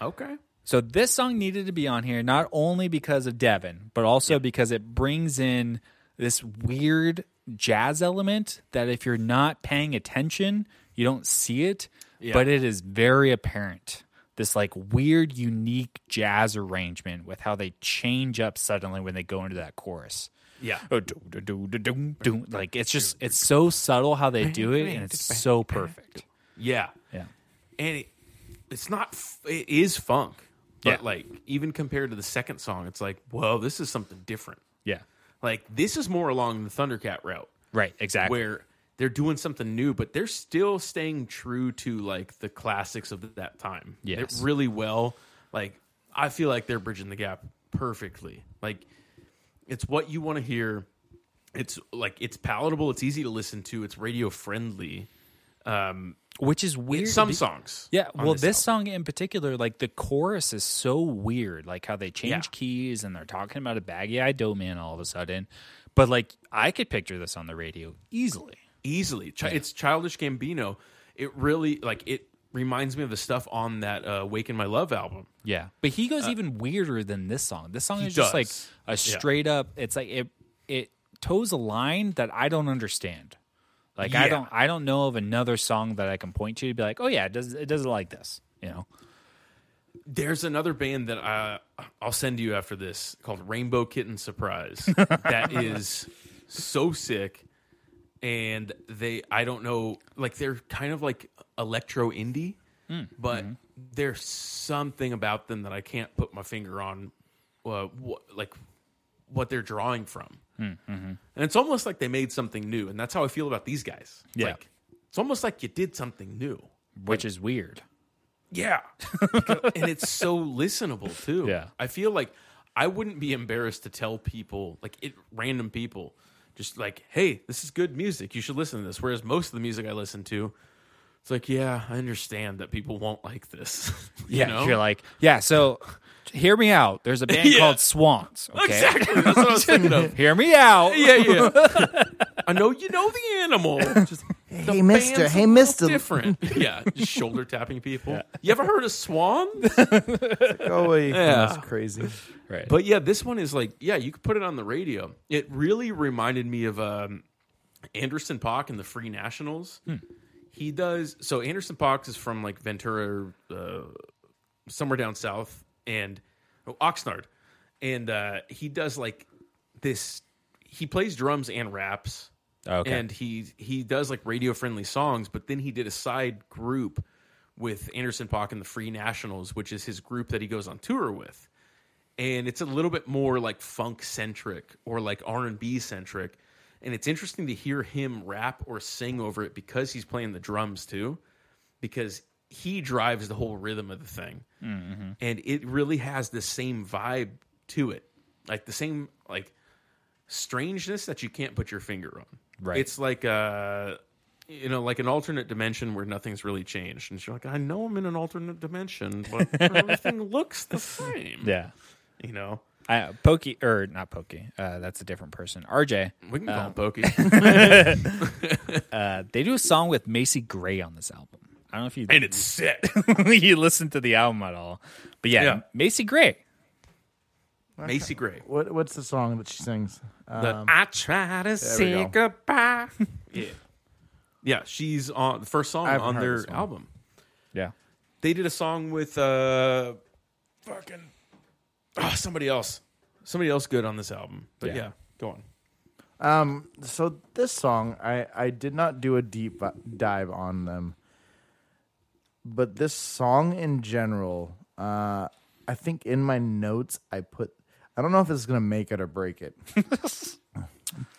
Okay. So this song needed to be on here not only because of Devin, but also because it brings in this weird jazz element that if you're not paying attention, you don't see it, but it is very apparent. This like weird unique jazz arrangement with how they change up suddenly when they go into that chorus. Yeah. Oh, do, do, do, do, do, do. Like it's just it's so subtle how they do it and it's so perfect. Yeah. Yeah. and it, it's not f- it is funk but Yeah. like even compared to the second song it's like well this is something different Yeah. like this is more along the thundercat route Right, exactly. where they're doing something new but they're still staying true to like the classics of that time Yeah, Yes. really well like i feel like they're bridging the gap perfectly like it's what you want to hear it's like it's palatable it's easy to listen to it's radio friendly Which is weird. some be- songs Yeah, on well, this, song album. in particular, like the chorus is so weird, like how they change Yeah. keys and they're talking about a baggy eyed dough man all of a sudden. But like, I could picture this on the radio easily. easily. Chi- It's childish Gambino. It really like it reminds me of the stuff on that uh, "Wake in My Love" album. Yeah, but he goes even weirder than this song. This song Uh, he is just like does. a straight up. It's like it it toes a line that I don't understand. Like I Yeah. don't I don't know of another song that I can point to to be like, oh yeah, it does it does it like this, you know? There's another band that I I'll send you after this called Rainbow Kitten Surprise. that is so sick, and they I don't know like they're kind of like electro indie, but there's something about them that I can't put my finger on. Uh, what like what they're drawing from. And it's almost like they made something new. And that's how I feel about these guys. It's Yeah. Like, it's almost like you did something new. Which is weird. Yeah. and it's so listenable, too. Yeah. I feel like I wouldn't be embarrassed to tell people, like it, random people, just like, hey, this is good music. You should listen to this. Whereas most of the music I listen to, it's like, yeah, I understand that people won't like this. you Yeah, know? you're like, yeah. So, hear me out. There's a band Yeah. called Swans. Okay, exactly. That's what I was thinking of. hear me out. yeah, yeah. I know you know the animal. Just, the Hey, mister. band's a Hey, little mister. Different. Yeah, just shoulder tapping people. You ever heard of Swan? Go away. That's crazy. Right. But yeah, this one is like, yeah, you could put it on the radio. It really reminded me of um, Anderson Pock and the Free Nationals. Hmm. He does so. Anderson Pock is from like Ventura, uh, somewhere down south, and oh, Oxnard, and uh, he does like this. He plays drums and raps, Oh, Okay. and he he does like radio friendly songs. But then he did a side group with Anderson Pock and the Free Nationals, which is his group that he goes on tour with and it's a little bit more like funk centric or like R&B centric and it's interesting to hear him rap or sing over it because he's playing the drums too because he drives the whole rhythm of the thing and it really has the same vibe to it like the same like strangeness that you can't put your finger on Right. it's like a you know like an alternate dimension where nothing's really changed and you're like i know i'm in an alternate dimension but everything looks the same yeah. you know, I, Pokey or not Pokey? Uh, that's a different person. RJ. we can call him Pokey. Uh, they do a song with Macy Gray on this album. I don't know if you and it's sick. you listened to the album at all, but yeah, Yeah. Macy Gray. Macy Gray. What what's the song that she sings? Uh, The I try to say go. goodbye. yeah. Yeah, she's on the first song haven't on heard their this one. album. Yeah. They did a song with uh fucking oh, somebody else. Somebody else good on this album. But Yeah. yeah, go on. Um, so this song, I I did not do a deep vi- dive on them, but this song in general, uh, I think in my notes I put. I don't know if it's gonna make it or break it,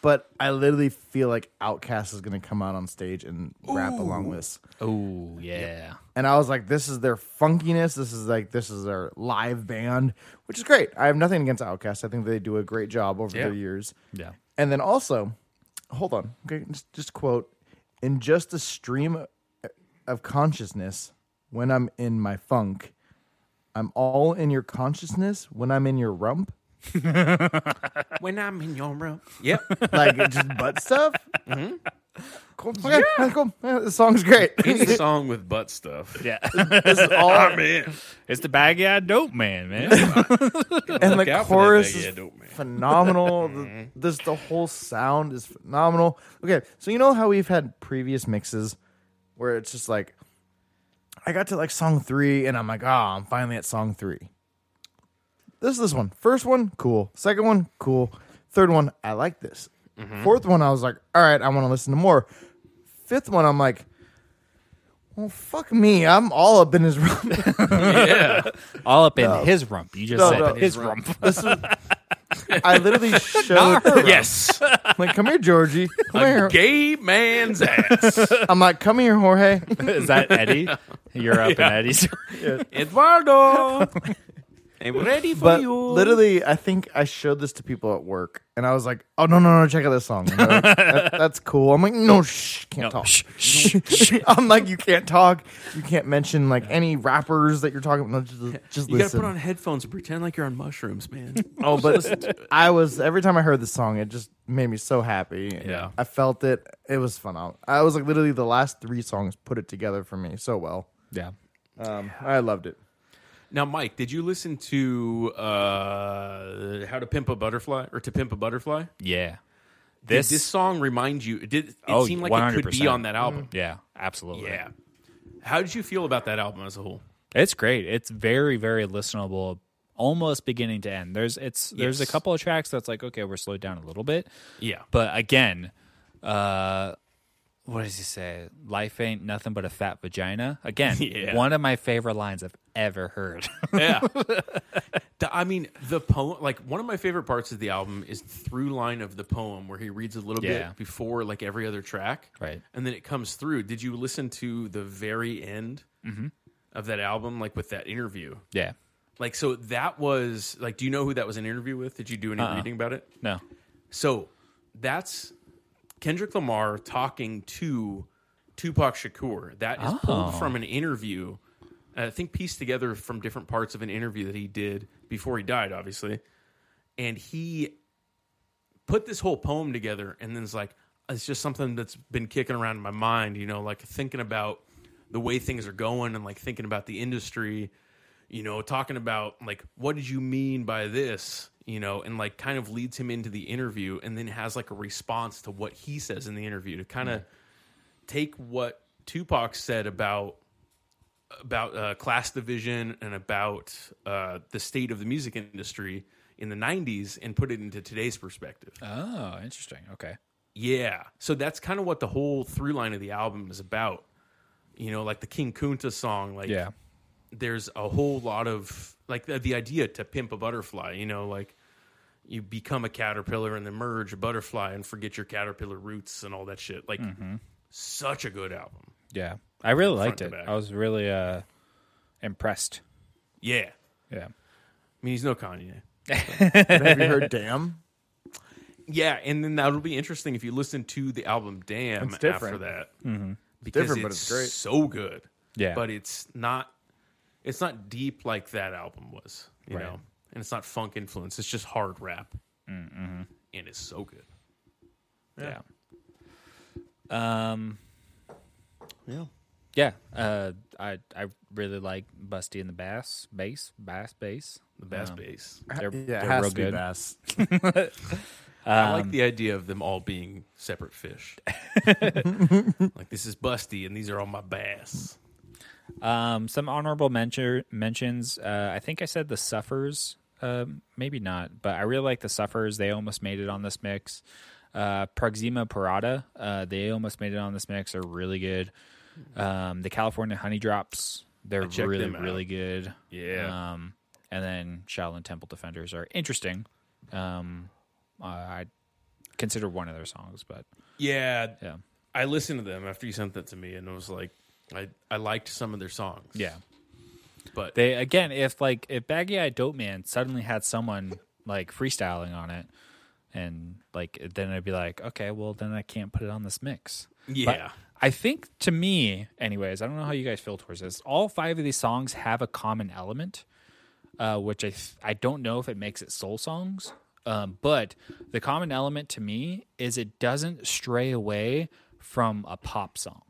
but I literally feel like Outcast is gonna come out on stage and rap along this. Oh yeah. And I was like, this is their funkiness. This is like this is their live band, which is great. I have nothing against Outcast. I think they do a great job over Yeah. their years. Yeah. And then also, hold on. Okay, just, just quote in just a stream of consciousness when I'm in my funk. I'm all in your consciousness when I'm in your rump. when I'm in your room. Yep. Like just butt stuff. Cool. Okay, cool. Yeah, this song's great. Any song with butt stuff. Yeah. this is all I'm in. it's the bad guy dope man, man. and Look the out for that chorus big is head, dope man. phenomenal. the, this the whole sound is phenomenal. Okay, so you know how we've had previous mixes where it's just like I got to like song three and I'm like, ah, I'm finally at song three. This is this one. First one, cool. Second one, cool. Third one, I like this. Mm-hmm. Fourth one, I was like, all right, I want to listen to more. Fifth one, I'm like, well, fuck me, I'm all up in his room. all up in his rump. You just No, said no. his rump. This was, I literally showed. Yes. like, come here, Georgie. Come here. Gay man's ass. I'm like, come here, Jorge. Is that Eddie? You're up in Eddie's. Eduardo, I'm ready for But you. literally, I think I showed this to people at work, and I was like, oh no, no, no, check out this song. And they're like, "That- that's cool. I'm like, no, shh, can't No, talk. shh, shh, shh. I'm like, you can't talk. You can't mention like any rappers that you're talking about. No, just, just you gotta listen. put on headphones and pretend like you're on mushrooms, man. oh, but I was every time I heard this song, it just made me so happy. Yeah. I felt it. It was phenomenal. I was like, literally, the last three songs put it together for me so well. yeah. Um, I loved it. now, Mike, did you listen to uh, "How to Pimp a Butterfly" or "To Pimp a Butterfly"? Yeah. Did This. this song remind you? Did it Oh, seem like it could be 100%. on that album? yeah. Absolutely. Yeah. How did you feel about that album as a whole? It's great. It's very, very listenable, almost beginning to end. There's it's there's a Yes. couple of tracks that's like, okay, we're slowed down a little bit. Yeah, But again, uh what does he say? Life ain't nothing but a fat vagina. Again, Yeah. one of my favorite lines I've ever heard. yeah. The- I mean, the poem. Like one of my favorite parts of the album is the through line of the poem, where he reads a little Yeah. bit before like every other track, Right. And then it comes through. Did you listen to the very end of that album, like with that interview? yeah. Like, so that was like, do you know who that was an interview with? Did you do any reading about it? No. So that's Kendrick Lamar talking to Tupac Shakur. That is pulled from an interview, I think pieced together from different parts of an interview that he did before he died, obviously. And he put this whole poem together and then it's like, it's just something that's been kicking around in my mind, you know, like thinking about the way things are going and like thinking about the industry, you know, talking about like, what did you mean by this? you know, and like kind of leads him into the interview and then has like a response to what he says in the interview to kind of take what Tupac said about about uh, class division and about uh, the state of the music industry in the 90s and put it into today's perspective. Oh, interesting. Okay. Yeah. So that's kind of what the whole through line of the album is about. You know, like the King Kunta song, like Yeah. there's a whole lot of like the, the idea to pimp a butterfly, you know, like you become a caterpillar and then merge a butterfly and forget your caterpillar roots and all that shit. Like such a good album. Yeah. I really liked to it. back. I was really uh impressed. Yeah. Yeah. I mean, he's no Kanye. Have you heard "Damn"? Yeah, and then that'll be interesting if you listen to the album Damn It's after different. Mm-hmm. that. Because different, but it's great. so good. Yeah. But it's not it's not deep like that album was, you Right. know. And it's not funk influence, it's just hard rap. Mm-hmm. And it's so good. Yeah. Um, Yeah. Yeah. Uh I I really like Busty and the Bass, bass, bass, bass. The bass bass. They're, Yeah, it they're has real to be good. bass. I Um, like the idea of them all being separate fish. like this is Busty and these are all my bass. Um, some honorable mention mentions. Uh, I think I said the Suffers. Um, maybe not, but I really like the Suffers. They almost made it on this mix. Uh, Proxima Parada. Uh, they almost made it on this mix. They're really good. Um, the California Honey Drops. They're checked really them out. really good. Yeah. Um, and then Shaolin Temple Defenders are interesting. Um, I I consider one of their songs, but Yeah. yeah, I listened to them after you sent that to me and I was like I, I liked some of their songs. yeah. But They again, if like if Baggy Eye Dope Man suddenly had someone like freestyling on it, and like then I'd be like, okay, well then I can't put it on this mix. But Yeah. I think to me, anyways, I don't know how you guys feel towards this. All five of these songs have a common element, uh, which I th- I don't know if it makes it soul songs, um, but the common element to me is it doesn't stray away from a pop song.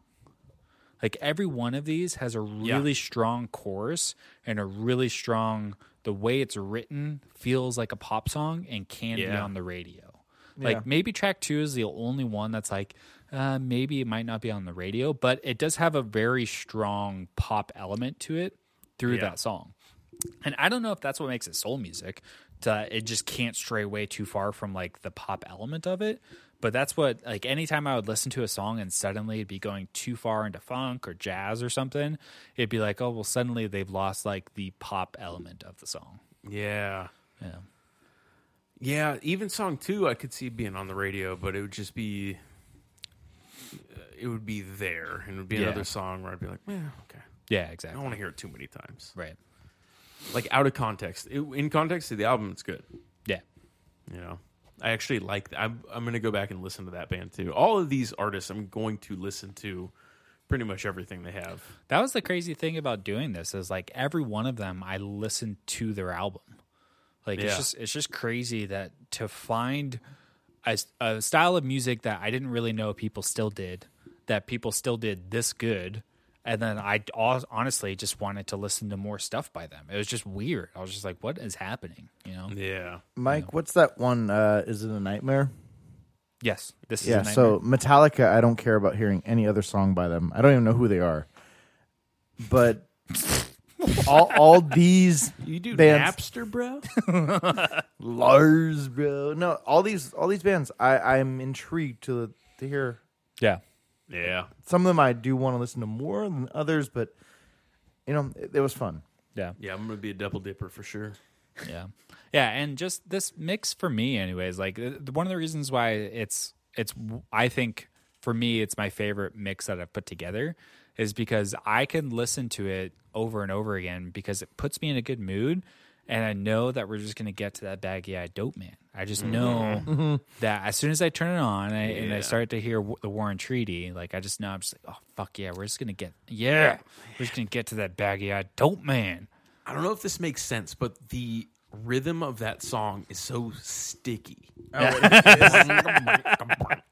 Like every one of these has a really strong chorus and a really strong the way it's written feels like a pop song and can be Yeah. on the radio. Like maybe track 2 is the only one that's like uh, maybe it might not be on the radio, but it does have a very strong pop element to it through Yeah. that song. And I don't know if that's what makes it soul music. To, it just can't stray way too far from like the pop element of it. But that's what like anytime I would listen to a song and suddenly it'd be going too far into funk or jazz or something, it'd be like, oh well, suddenly they've lost like the pop element of the song. yeah. Yeah, Yeah, even song two, I could see being on the radio, but it would just be, uh, it would be there, and it would be Yeah. another song where I'd be like, yeah, okay, yeah, I don't exactly. want to hear it too many times, Right. like out of context. It- in context of the album, it's good. Yeah. You know, I actually like. I'm I'm gonna go back and listen to that band too. All of these artists, I'm going to listen to pretty much everything they have. That was the crazy thing about doing this is like every one of them I listened to their album. Like it's Yeah. just it's just crazy that to find a, a style of music that I didn't really know people still did, that people still did this good, and then I al- honestly just wanted to listen to more stuff by them. It was just weird. I was just like, what is happening? You Mm. know? Yeah, Mike, what's that one? Uh, is it a nightmare? Yes, this Yeah. is a So Metallica, I don't care about hearing any other song by them. I don't even know who they are. But all all these you do Bands. Napster, bro. Lars, bro. No, all these all these bands. I I'm intrigued to to hear yeah, yeah, some of them. I do want to listen to more than others, but you know, it, it was fun. yeah. yeah, I'm gonna be a double dipper for sure. yeah yeah and just this mix for me anyways like th- one of the reasons why it's it's i think for me it's my favorite mix that i've put together is because i can listen to it over and over again because it puts me in a good mood and i know that we're just going to get to that baggy eyed dope man i just know that as soon as i turn it on I, and i Mm-hmm. Yeah. start to hear w- the warren treaty like i just know i'm just like oh fuck yeah we're just going to get yeah we're just going to get to that baggy eyed dope man I don't know if this makes sense, but the rhythm of that song is so sticky.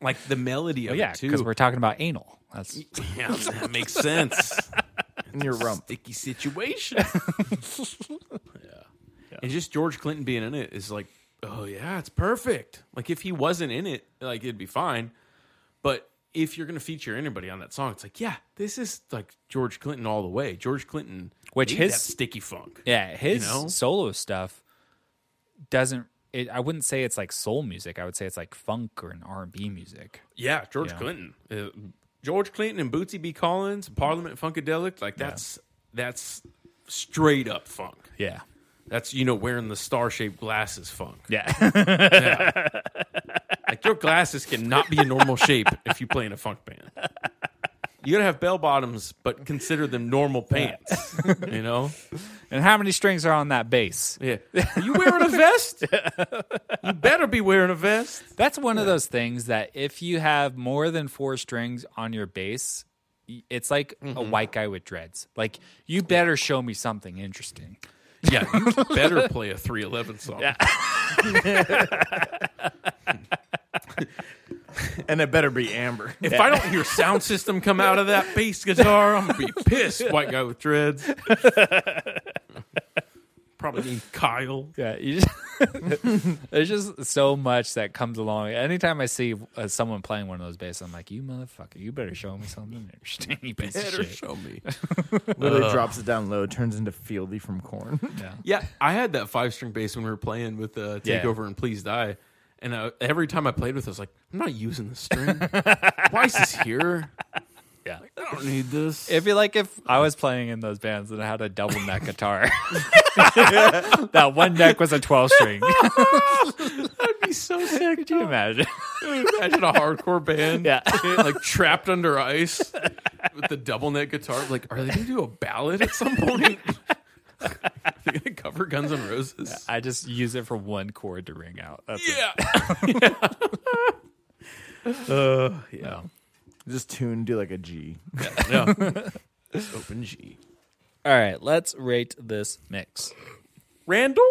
like the melody of Oh, yeah it because too. we're talking about anal that's yeah, that makes sense. In your Um, rump. Sticky situation. yeah. and just George Clinton being in it is like a oh yeah, it's perfect. Like if he wasn't in it, like it'd be fine. But if you're gonna feature anybody on that song, it's like, yeah, this is like George Clinton all the way. George Clinton, Which made his- that sticky funk. Yeah, his know? solo stuff doesn't. It, I wouldn't say it's like soul music. I would say it's like funk or an R and B music. Yeah, George Yeah. Clinton. Uh, George Clinton and Bootsy B. Collins, Parliament Funkadelic, like that's that's straight up funk. Yeah, That's you know wearing the star shaped glasses funk. yeah, Like your glasses cannot be a normal shape if you play in a funk band. You gotta have bell bottoms, but consider them normal pants. You know? and how many strings are on that bass? Yeah. Are you wearing a vest? You better be wearing a vest. That's one of those things that if you have more than four strings on your bass, y- it's like a white guy with dreads. Like you better show me something interesting. Yeah, you better play a 311 song. and it better be Amber. If I don't hear sound system come out of that bass guitar, I'm gonna be pissed. White guy with dreads. Probably named Kyle. Yeah, you just, there's just so much that comes along. Anytime I see uh, someone playing one of those basses, I'm like, you motherfucker, you better show me something interesting. You piece of Better shit." show me. Literally drops it down low, turns into Fieldy from Corn. Yeah, I had that five string bass when we were playing with uh, Yeah. Takeover and Please Die. And uh, every time I played with it, I was like, I'm not using this string. Why is this here? Yeah. I don't need this. It'd be like if I was playing in those bands and I had a double neck guitar. that one neck was a 12 string. Can That'd be so sick. you imagine? Imagine a hardcore band, Yeah. like trapped under ice with the double neck guitar. Like, are they gonna do a ballad at some point? are they gonna cover Guns N' Roses? I just use it for one chord to ring out. That's it. Yeah, Yeah. Just tune, do like a G. yeah. Open G. All right, let's rate this mix. Randall,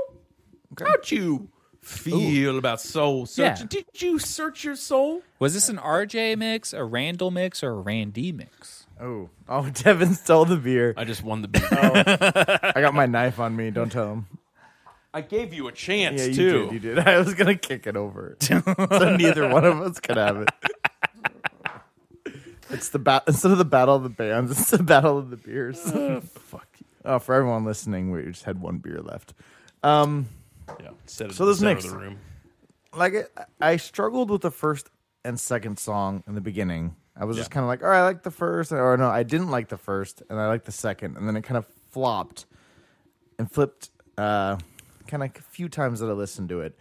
how'd you feel about soul search? Yeah. Did you search your soul? Was this an RJ mix, a Randall mix, or a Randy mix? Oh, oh, Devin stole the beer. I just won the beat. I got my knife on me. Don't tell him. I gave you a chance Yeah, you too. did. You did. I was gonna kick it over, so neither one of us could have it. It's the bat instead of the battle of the bands, it's the battle of the beers. Fuck. oh, for everyone listening, we just had one beer left. Um, Yeah. Instead of So the this center next- of the room. like I- I struggled with the first and second song in the beginning. I was just Yeah. kind of like, all right, I like the first, or no, I didn't like the first, and I liked the second, and then it kind of flopped and flipped, uh, kind of a few times that I listened to it.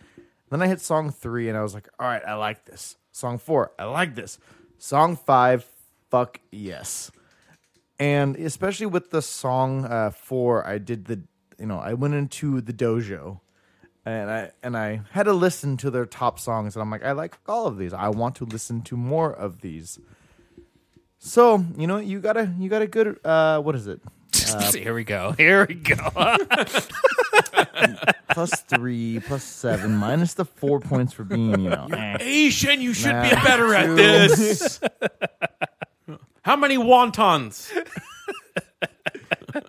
Then I hit song three, and I was like, all right, I like this. Song four, I like this. Song five, fuck yes and especially with the song uh, four, I did the you know I went into the dojo, and I and I had to listen to their top songs, and I'm like I like all of these. I want to listen to more of these. So you know you got a you got a good uh, what is it Here we go. Uh, Here we go. plus three plus seven minus the four points for being you know eh. Asian, you should be Nah. better at this. How many wontons?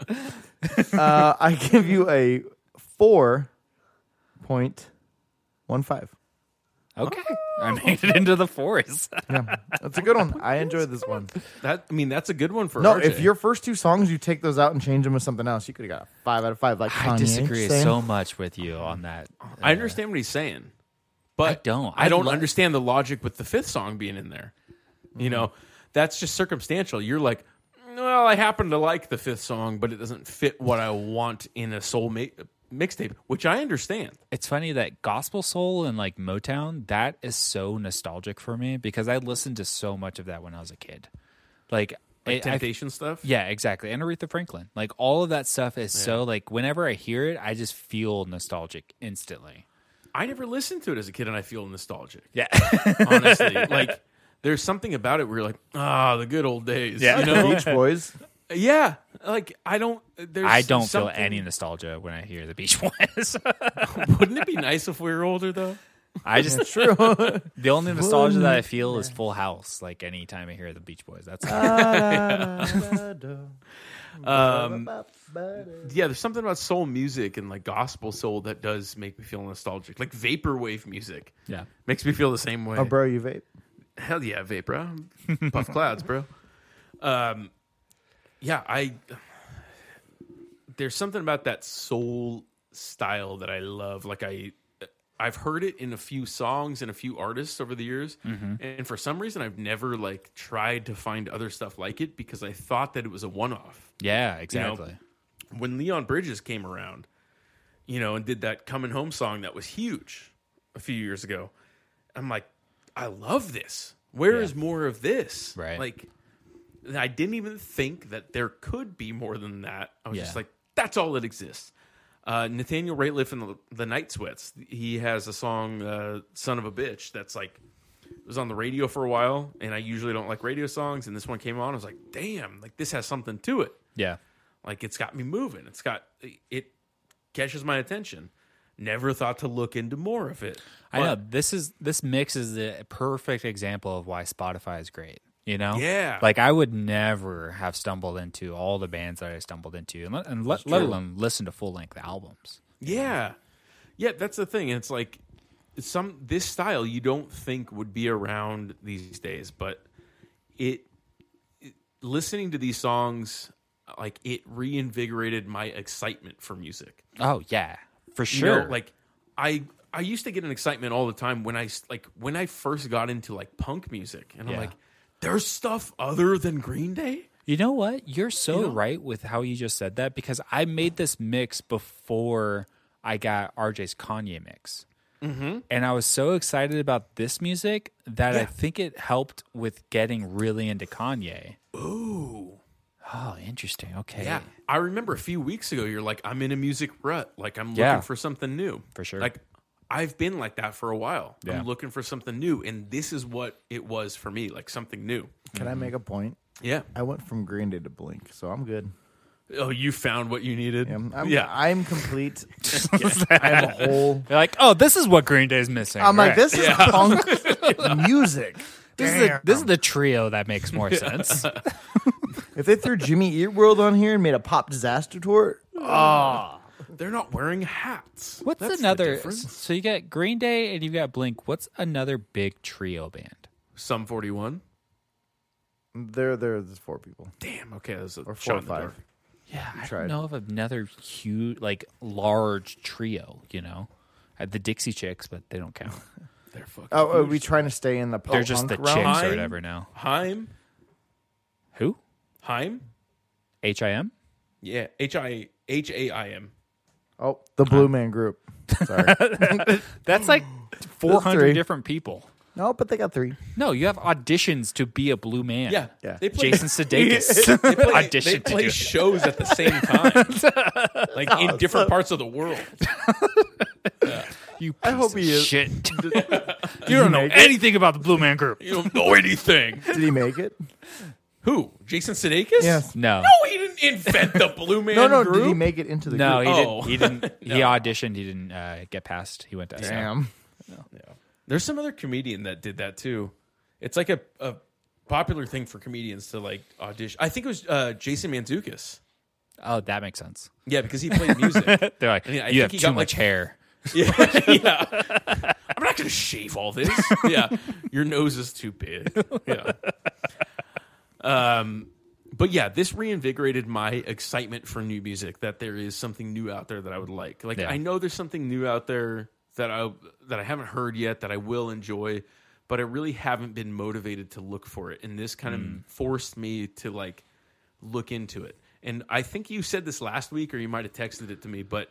uh, I give you a four point one five. Okay. I made it into the forest. That's a good one. I enjoyed this one. That I mean, that's a good one for No, RJ. if your first two songs, you take those out and change them with something else, you could have got a five out of five. Like Kanye, I disagree saying, so much with you on that. I understand what he's saying, but I don't. I I'd don't lo- understand the logic with the fifth song being in there. You know, that's just circumstantial. You're like, well, I happen to like the fifth song, but it doesn't fit what I want in a soul ma- mixtape, which I understand. It's funny that gospel soul and like Motown, that is so nostalgic for me because I listened to so much of that when I was a kid. Like, Like I- I- temptation stuff. yeah, exactly. And Aretha Franklin. Like all of that stuff is so like whenever I hear it, I just feel nostalgic instantly. I never listened to it as a kid, and I feel nostalgic. Yeah. Honestly, like there's something about it where you're like, ah, the good old days. Yeah. you know? Beach Boys. yeah. Like I don't. There's I don't something- feel any nostalgia when I hear the Beach Boys. Wouldn't it be nice if we were older though? I just true. the only nostalgia that I feel is Full House. Like anytime I hear the Beach Boys, that's Da, da, da, da. Um, yeah, there's something about soul music and like gospel soul that does make me feel nostalgic. Like vaporwave music. Yeah. Makes me feel the same way. Oh, bro, you vape? Hell yeah, Vapor. Puff clouds, bro. Um, yeah, I. There's something about that soul style that I love. Like I, I've heard it in a few songs and a few artists over the years, Mm-hmm. and for some reason I've never like tried to find other stuff like it because I thought that it was a one-off. Yeah, you know? exactly. when Leon Bridges came around, you know, and did that coming home song that was huge a few years ago, I'm like, I love this. Where is more of this? Right. Like, I didn't even think that there could be more than that. I was Yeah. just like, that's all that exists. Uh, Nathaniel Rateliff and the, the Night Sweats, he has a song, uh, Son of a Bitch, that's like, it was on the radio for a while, and I usually don't like radio songs. And this one came on, I was like, damn, like this has something to it Yeah. like it's got me moving it's got it catches my attention never thought to look into more of it I know this is this mix is the perfect example of why Spotify is great. You know, Yeah. Like I would never have stumbled into all the bands that I stumbled into, and, let, and let, let alone listen to full length albums. yeah yeah that's the thing and it's like some this style you don't think would be around these days but it, it- listening to these songs like it reinvigorated my excitement for music Oh yeah, for You sure. know, like i i used to get an excitement all the time when i s- like when i first got into like punk music and Yeah. i'm like there's stuff other than green day You know what? You're so right with how you just said that because I made this mix before I got RJ's Kanye mix. Mm-hmm. And I was so excited about this music that I think it helped with getting really into Kanye. Ooh. Oh, interesting. Okay. Yeah. I remember a few weeks ago, you're like, I'm in a music rut. Like, I'm looking Yeah. for something new. For sure. Like, I've been like that for a while. Yeah. I'm looking for something new. And this is what it was for me like, something new. Can I make a point? Yeah. I went from Green Day to Blink, so I'm good. Oh, you found what you needed? I'm, I'm, yeah. I'm complete. I'm a whole. You're like, oh, this is what Green Day's missing. I'm like, Right. this is punk music. This is, the, this is the trio that makes more sense. If they threw Jimmy Eat World on here and made a pop disaster tour, They're not wearing hats. What's That's the another? difference. so you got Green Day and you got Blink. What's another big trio band? Sum 41. there, there's four people. Damn. Okay. That was a Or shot four or in the five. dark. Yeah, I tried. don't know of another huge, like large trio. You know, I had the Dixie Chicks, but they don't count. They're fucking. Oh, are we trying to stay in the pop They're just the punk chicks realm? Hi. or whatever now. Heim. Who? Heim. H I M. Yeah. H I H A I M. Oh, the Blue Man Group. Sorry. That's like four three. hundred different people. no, but they got three. No, you have auditions to be a blue man. Yeah. Yeah. They play- Jason Sudeikis They play, they audition to play do. it. shows at the same time, like in different parts of the world. You piece hope of he is. shit. you don't know anything about the Blue Man Group. You don't know anything. Did he make it? Who? Jason Sudeikis? Yes. No, No, he didn't invent the Blue Man No, no. Group. Did he make it into the no, group? he Oh. didn't. He didn't. He auditioned. He didn't uh, get past. He went to SNL. Damn. There's some other comedian that did that too. It's like a, a popular thing for comedians to like audition. I think it was uh, Jason Manzukis. Oh, that makes sense. Yeah, because he played music. They're like, mean, I you think have he too got, much like- hair. I'm not going to shave all this. yeah, your nose is too big. Yeah. Um, but yeah, this reinvigorated my excitement for new music. That there is something new out there that I would like. Like Yeah. I know there's something new out there that I that I haven't heard yet that I will enjoy, but I really haven't been motivated to look for it. And this kind of forced me to like look into it. And I think you said this last week, or you might have texted it to me, but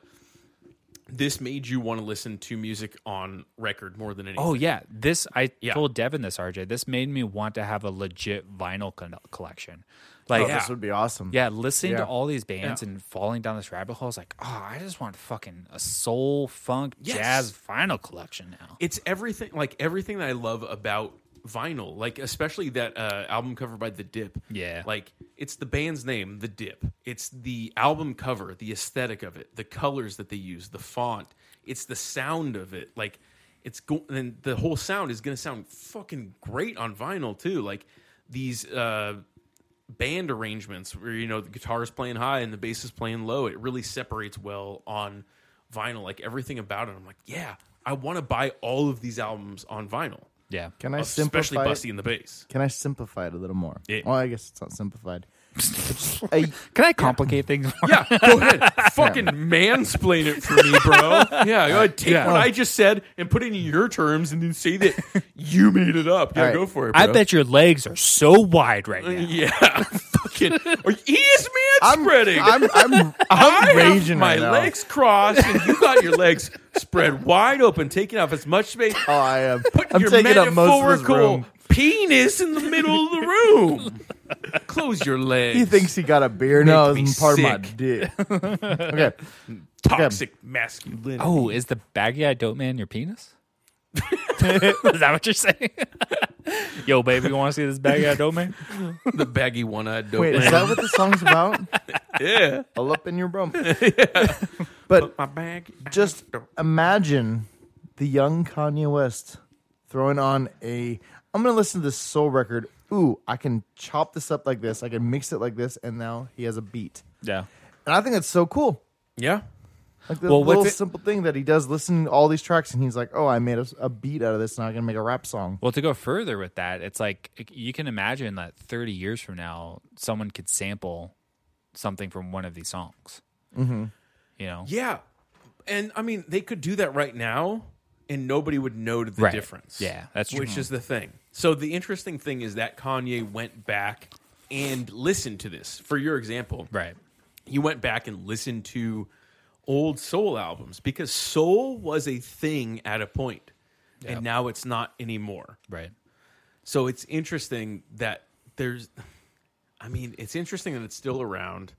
this made you want to listen to music on record more than anything. Oh yeah, this I Yeah. told Devin this RJ. This made me want to have a legit vinyl con- collection. Like Oh, yeah. This would be awesome. listening Yeah. to all these bands and falling down this rabbit hole is like, oh, I just want fucking a soul funk Yes. jazz vinyl collection now. it's everything like everything that I love about vinyl, like especially that uh, album cover by The Dip. Yeah. like it's the band's name, The Dip. It's the album cover, the aesthetic of it, the colors that they use, the font. It's the sound of it. Like it's go- and the whole sound is going to sound fucking great on vinyl too. Like these uh, band arrangements where you know the guitar is playing high and the bass is playing low. It really separates well on vinyl. Like everything about it, I'm like, yeah, I want to buy all of these albums on vinyl, Yeah. Can I especially simplify? Busty and the Bass. Can I simplify it a little more? Yeah. Well, I guess it's not simplified. It's a- Can I complicate things? more? Yeah, go ahead, fucking mansplain it for me, bro. Yeah, go ahead, take Yeah. what I just said and put it in your terms, and then say that you made it up. Yeah, All right. go for it. Bro. I bet your legs are so wide Uh, right now. Yeah, fucking. Are you, he is man spreading. I'm I'm I I'm have raging my right now. legs crossed, and you got your legs spread wide open, taking up as much space. Oh, I am. Put I'm your taking up most of this metaphorical room. penis in the middle of the room. Close your legs. He thinks he got a beer. No, Make me it's part of my sick. dick. okay, toxic masculinity. Oh, is the baggy eyed dope man your penis? is that what you're saying? Yo, baby, you want to see this baggy eyed dope man? the baggy one-eyed dope. wait, is man. that what the song's about? yeah. All up in your rump. But My bag. just imagine the young Kanye West throwing on a. I'm gonna listen to this soul record. Ooh, I can chop this up like this. I can mix it like this, and now he has a beat. Yeah. And I think that's so cool. Yeah. Like the Well, what's little it- simple thing that he does, listen to all these tracks, and he's like, "Oh, I made a, a beat out of this, and I'm gonna make a rap song." Well, to go further with that, it's like you can imagine that 30 years from now, someone could sample something from one of these songs. Mm-hmm. You know? Yeah. And I mean, they could do that right now and nobody would know the Right. difference. Yeah, that's true. Which is the thing. So the interesting thing is that Kanye went back and listened to this. For your example, Right. he went back and listened to old soul albums because soul was a thing at a point, and now it's not anymore. Right. So it's interesting that there's I mean, it's interesting that it's still around.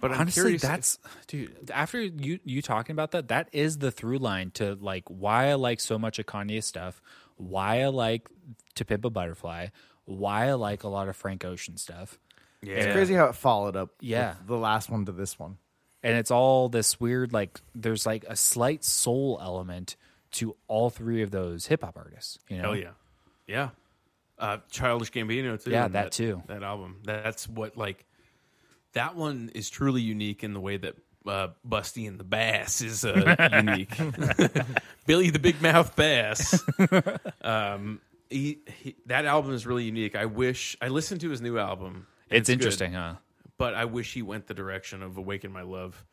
But I'm Honestly, curious if- that's dude. After you you talking about that, that is the through line to like why I like so much of Kanye stuff, why I like To Pimp a Butterfly, why I like a lot of Frank Ocean stuff, It's crazy how it followed up. with Yeah. the last one to this one. and it's all this weird like there's like a slight soul element to all three of those hip hop artists. You know, Hell yeah, yeah. Uh, Childish Gambino too. Yeah, and that too. That album. That's what like that one is truly unique in the way that uh, Busty and the Bass is uh, unique. Billy the Big Mouth Bass. um, he, he, that album is really unique. I wish I listened to his new album. and it's good, interesting, huh? but I wish he went the direction of Awaken My Love.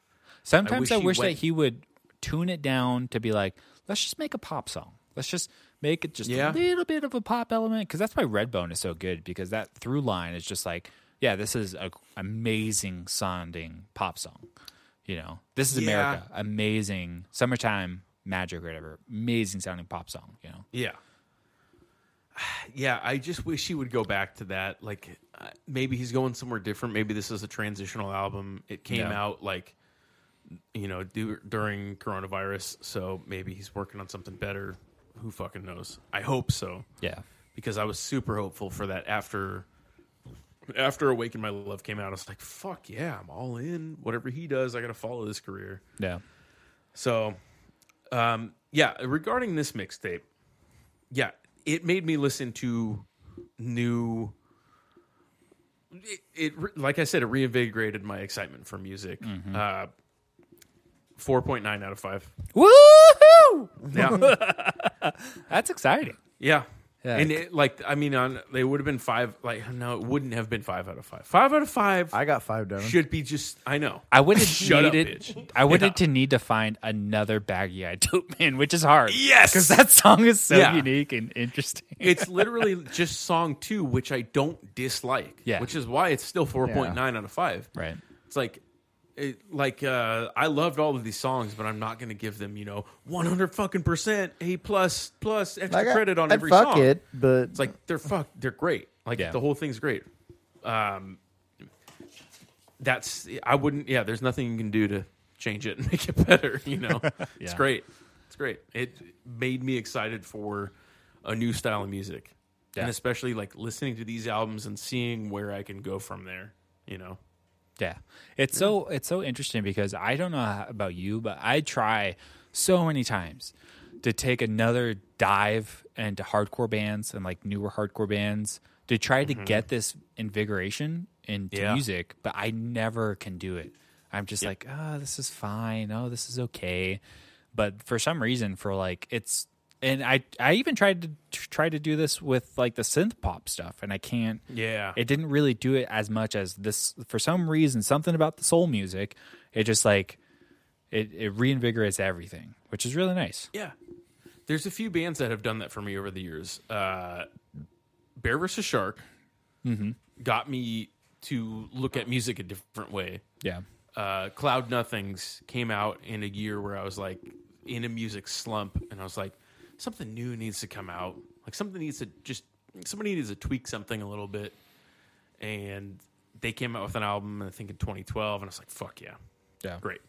Sometimes wish I wish, he went- that he would tune it down to be like, let's just make a pop song. Let's just make it just Yeah. a little bit of a pop element because that's why Redbone is so good because that through line is just like, yeah, this is a amazing sounding pop song. You know, this is Yeah. America, amazing summertime magic, or whatever, amazing sounding pop song. You know, Yeah. Yeah, I just wish he would go back to that. Like, uh, maybe he's going somewhere different. Maybe this is a transitional album. It came Yeah. out like, you know, du- during coronavirus. So maybe he's working on something better. Who fucking knows? I hope so yeah, because I was super hopeful for that after after Awaken My Love came out. I was like, fuck yeah, I'm all in. Whatever he does, I got to follow this career. yeah, So, um, yeah, regarding this mixtape, yeah, it made me listen to new. It, it re- like I said, it reinvigorated my excitement for music. Uh, Four point nine out of five. woohoo! Yeah, That's exciting. yeah. Yeah. And it, like, I mean, on they would have been five. Like, no, it wouldn't have been five out of five. Five out of five I got five down. should be just. I know. I would have Shut up, needed. bitch. I would Yeah. have to need to find another baggy eyed dope man, which is hard. Yes! because that song is so Yeah. unique and interesting. it's literally just song two, which I don't dislike. Yeah. Which is why it's still four point nine out of five. Right. It's like it, like uh, I loved all of these songs, but I'm not gonna give them, you know, one hundred fucking percent A plus plus extra I got- credit on I'd every fuck song. it, but It's like they're fuck they're great. Like Yeah. the whole thing's great. Um that's I wouldn't yeah, there's nothing you can do to change it and make it better, you know. It's Yeah. great. It's great. It made me excited for a new style of music. Yeah. And especially like listening to these albums and seeing where I can go from there, you know. Yeah, it's so it's so interesting because I don't know how- about you, but I try so many times to take another dive into hardcore bands and like newer hardcore bands to try to get this invigoration, into Yeah. music, but I never can do it. I'm just like, oh, this is fine. Oh, this is okay. But for some reason, for like it's, and I I even tried to try to do this with like the synth pop stuff, and I can't. Yeah. it didn't really do it as much as this. For some reason, something about the soul music, it just like it it reinvigorates everything, which is really nice. Yeah. There's a few bands that have done that for me over the years. Uh, Bear vs. Shark Mm-hmm. got me to look at music a different way. Yeah, Uh, Cloud Nothings came out in a year where I was like in a music slump, and I was like, something new needs to come out. Like something needs to just somebody needs to tweak something a little bit. And they came out with an album, I think in 2012, and I was like, fuck yeah, yeah, great.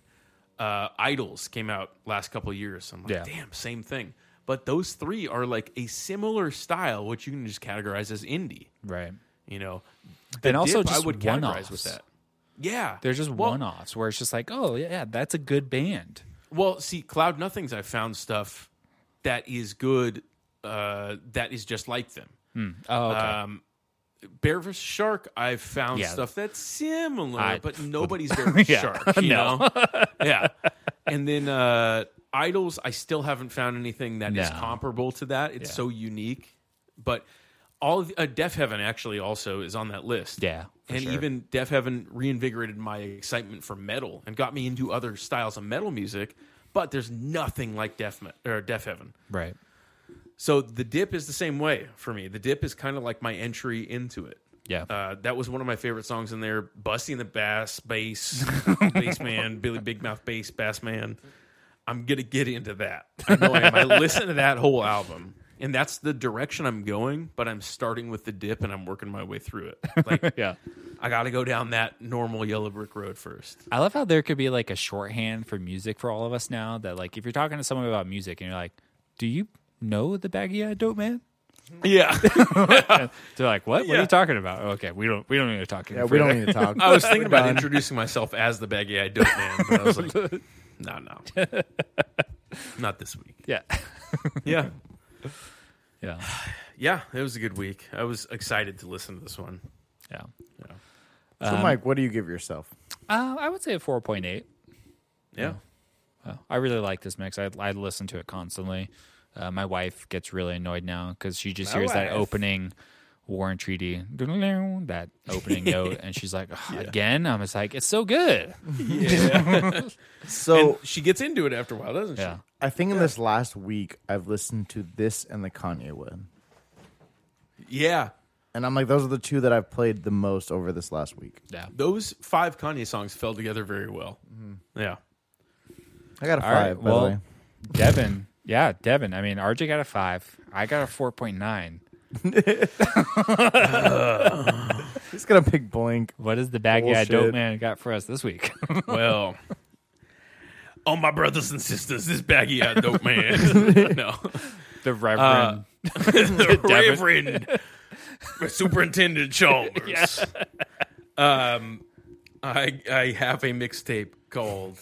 Uh, Idols came out last couple of years. I'm like, Yeah. damn, same thing. But those three are like a similar style, which you can just categorize as indie. right. You know, And also Dip, just I would one-offs. categorize with that. Yeah, They're just well, one-offs where it's just like, oh yeah, yeah, that's a good band. Well, see, Cloud Nothings, I found stuff that is good. Uh, that is just like them. Oh, okay. Um, Bear vs. Shark, I've found Yeah. stuff that's similar, I- but nobody's Bear vs. Yeah. Shark, you No. know? yeah. And then uh, Idols, I still haven't found anything that is No. comparable to that. It's Yeah. so unique. But all of, uh, Deaf Heaven actually also is on that list. yeah, for And sure. even Def Heaven reinvigorated my excitement for metal and got me into other styles of metal music. But there's nothing like Def Me- or Def Heaven. right, So the dip is the same way for me. The dip is kind of like my entry into it. yeah, Uh, that was one of my favorite songs in there. Busty and the Bass, Bass, Bass Man, Billy Big Mouth Bass, Bass Man. I'm gonna get into that. I know I am. I listen to that whole album, and that's the direction I'm going. But I'm starting with the dip, and I'm working my way through it. Like yeah. I got to go down that normal yellow brick road first. I love how there could be like a shorthand for music for all of us now. That like, if you're talking to someone about music and you're like, "Do you know the Baggy Eyed Dope Man?" Yeah, They're like, "What? What are Yeah. you talking about?" Okay, we don't we don't need to talk. any Yeah, we don't further. need to talk. I was thinking about introducing myself as the baggy eyed dope man, but I was like, no, no, not this week. Yeah, Yeah, yeah, yeah, it was a good week. I was excited to listen to this one. yeah. Um, So, Mike, what do you give yourself? Uh, I would say a four point eight. Yeah, I really like this mix. I, I listen to it constantly. Uh, my wife gets really annoyed now because she just My hears that wife. opening war and treaty, that opening note, and she's like, "Ugh, again? I'm just like, it's so good. So, she gets into it after a while, doesn't Yeah. I think in this last week, I've listened to this and the Kanye one. she? Yeah, And I'm like, those are the two that I've played the most over this last week. Yeah. those five Kanye songs fell together very well. Yeah, I got a All right. five, by the way. well, Devin. Yeah, Devin. I mean, RJ got a five. I got a 4.9. He's going to pick Blink. What is the baggy eyed Bullshit. dope man got for us this week? well. Oh my brothers and sisters, this baggy eyed dope man. no. the Reverend. the Devin. Mm-hmm. Reverend Superintendent Chalmers. Um, I I have a mixtape called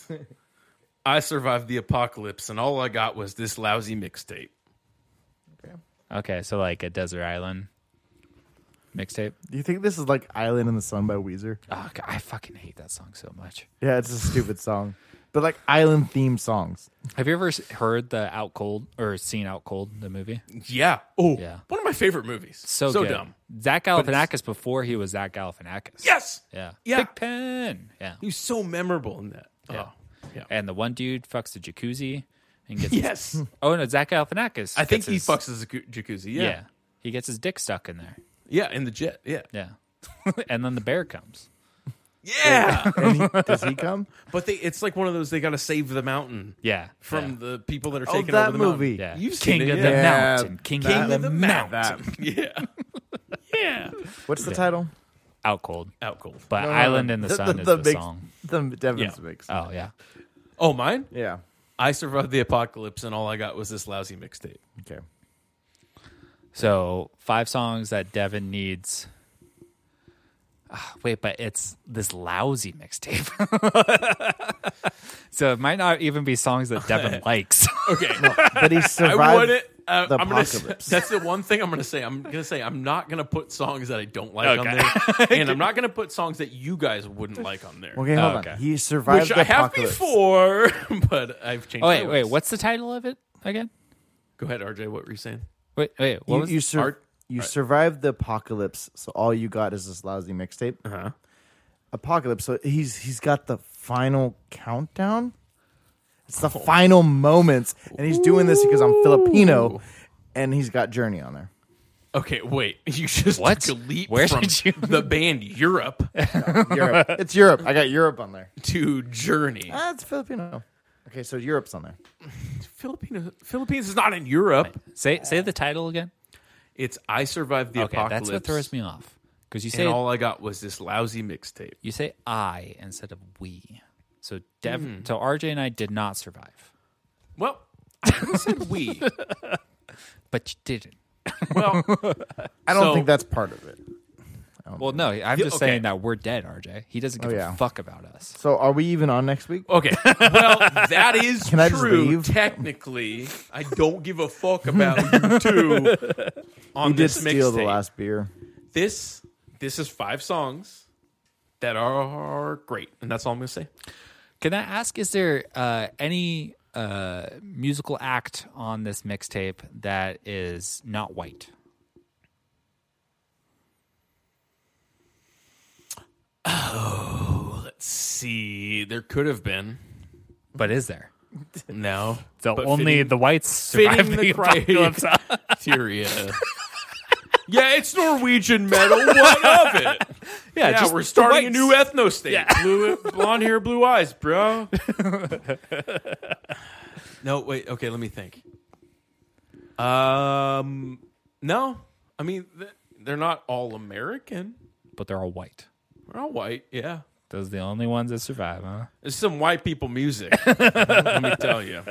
"I Survived the Apocalypse," and all I got was this lousy mixtape. Uh, okay, so like a desert island mixtape. Do you think this is like Island in the Sun by Weezer? Oh, God, I fucking hate that song so much. Yeah, it's a stupid song. But like island themed songs. Have you ever s- heard the Out Cold or seen Out Cold, the movie? Yeah. Oh, Yeah. One of my favorite movies. So, so good. dumb. Zach it's- Galifianakis before he was Zach Galifianakis. Yes. Yeah. Yeah. Big pen. Yeah. He was so memorable in that. Oh. Yeah. And the one dude fucks the jacuzzi and gets. Yes. Oh no, Zach Galifianakis. I think gets he his- fucks his jacu- jacuzzi. Yeah. Yeah. yeah. He gets his dick stuck in there. In the jet. Yeah. Yeah. and then the bear comes. Yeah. And he, does he come? but they, it's like one of those. They got to save the mountain. Yeah. From the people that are Oh, taking that over the mountain. movie. yeah. You've King seen it, of the yeah. Yeah. mountain. King, King of the, mountain. Yeah. yeah. What's the title? Out cold. Out cold. But No, no, no. Island in the, Sun is the, mix- song. The Devin's Yeah. Uh, mix. Oh yeah. Oh, mine? Yeah. I survived the apocalypse and all I got was this lousy mixtape. Okay. So five songs that Devin needs. Ah, wait, but it's this lousy mixtape. so it might not even be songs that Devin likes. Okay. But he I survived. wouldn't Uh, The I'm gonna s- apocalypse. that's the one thing I'm going to say. I'm going to say I'm not going to put songs that I don't like on Okay. there, and I'm not going to put songs that you guys wouldn't like on there, Okay, hold Okay. on. He survived which the I have apocalypse. before, but I've changed. Oh my wait, wait. ways. What's the title of it again? Go ahead, RJ. What were you saying? Wait, wait. What You, was you, sur- art- you survived the apocalypse, so all you got is this lousy mixtape. Uh-huh. Apocalypse. So he's he's got the final countdown. It's Oh. the final moments, and he's doing this because I'm Filipino, and he's got Journey on there. Okay, wait. You just What? took a leap Where from did you- the band Europe Europe. it's Europe. I got Europe on there. to Journey. Ah, it's Filipino. Okay, so Europe's on there. Philippines, Philippines is not in Europe. say say the title again? It's I survived the Okay, that's apocalypse. what throws me off because you say And all I got was this lousy mixtape. you say I instead of we. So Dev, so RJ and I did not survive, Well, I said we. but you didn't. Well, I don't So- think that's part of it. Well, no, I'm just okay. saying that we're dead, RJ. He doesn't give yeah. a fuck about us. So are we even on next week? okay. Well, that is I just true. leave? Technically, I don't give a fuck about you two on You did this steal mixtape. the last beer. This this is five songs that are great, and that's all I'm gonna say. Can I ask? Is there uh, any uh, musical act on this mixtape that is not white? Let's see. There could have been. But is there? No. So But only fitting- the whites survive fitting the, the apocalypse. criteria. yeah, it's Norwegian metal. What of it? Yeah, just we're the starting a whites. new ethno state. Blue, blonde hair, blue eyes, bro. no, wait. Okay, let me think. Um, no. I mean, th- they're not all American. But they're all white. They're all white. Yeah. Those are the only ones that survive, huh? It's some white people music. let me tell you.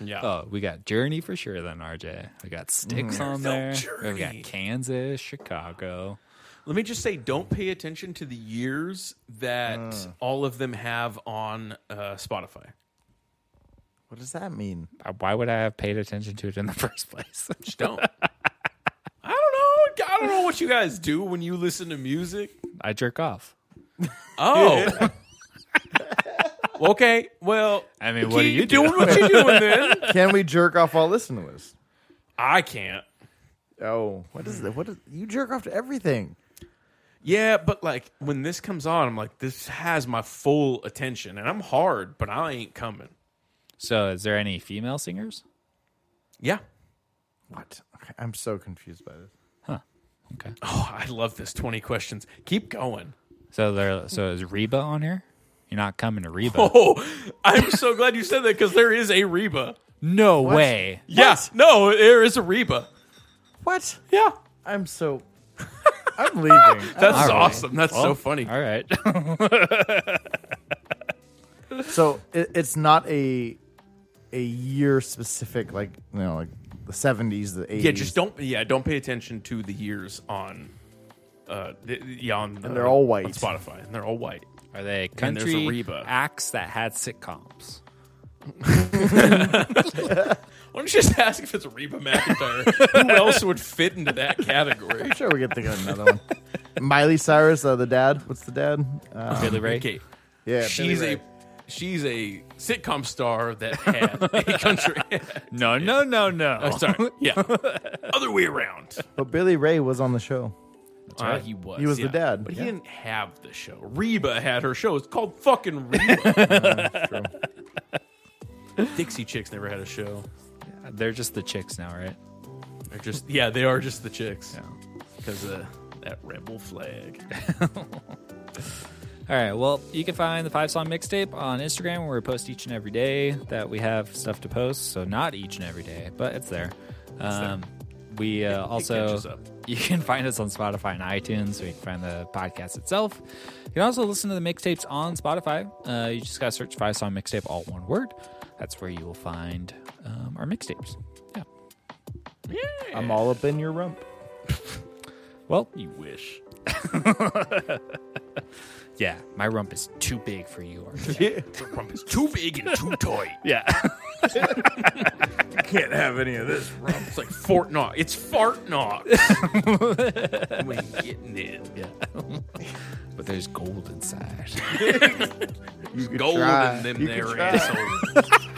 Yeah. Oh, we got Journey for sure then, RJ. We got Sticks on no there. We Journey. got Kansas, Chicago. Let me just say, don't pay attention to the years that Uh. all of them have on uh, Spotify. What does that mean? Uh, Why would I have paid attention to it in the first place? Just don't. I don't know. I don't know what you guys do when you listen to music. I jerk off. Oh. okay. Well, I mean, what are you doing? What you doing then? Can we jerk off while listening to this? I can't. Oh, what is it? What is you jerk off to everything? Yeah, but like when this comes on, I'm like, this has my full attention, and I'm hard, but I ain't coming. So, is there any female singers? Yeah. What? Okay, I'm so confused by this. Okay. Oh, I love this. Twenty questions. Keep going. So there. So is Reba on here? You're not coming to Reba. Oh, I'm so glad you said that because there is a Reba. no way. Yes. No, there is a Reba. What? Yeah. I'm so. I'm leaving. That's All right. awesome. That's so funny. All right. so it, it's not a a year specific, like you know, like the 70s, the 80s. Yeah, just don't. Yeah, don't pay attention to the years on. Uh, th- yeah, on the, And they're all white. on Spotify, and they're all white. Are they And there's a country Reba. acts that had sitcoms? Why don't you just ask if it's a Reba McIntyre? Who else would fit into that category? I'm sure we can think of another one. Miley Cyrus, uh, the dad. What's the dad? Uh, Billy Ray. Oh. Okay, yeah, she's Billy a Ray. she's a sitcom star that had a country. No, no, no, no. Oh, sorry, yeah, other way around. But Billy Ray was on the show. Uh, he was. He was the yeah. dad, But yeah. he didn't have the show. Reba had her show. It's called fucking Reba. True. Dixie Chicks never had a show. They're just the chicks now, right? They're just yeah, they are just the chicks. Because uh, that rebel flag. All right. Well, you can find the five song mixtape on Instagram where we post each and every day that we have stuff to post. So not each and every day, but it's there. Um, we uh, catches also up. you can find us on Spotify and iTunes. So you can find the podcast itself. You can also listen to the mixtapes on Spotify. Uh, you just gotta search five song mixtape all one word. That's where you will find um, our mixtapes. Yeah. I'm all up in your rump. Well, You wish. yeah. My rump is too big for you. RJ. The rump is too big and too tight. yeah. Can't have any of this. It's like Fort Knox. It's Fart Knox. we ain't getting it. but there's gold inside. Gold try. in them You could there try. assholes.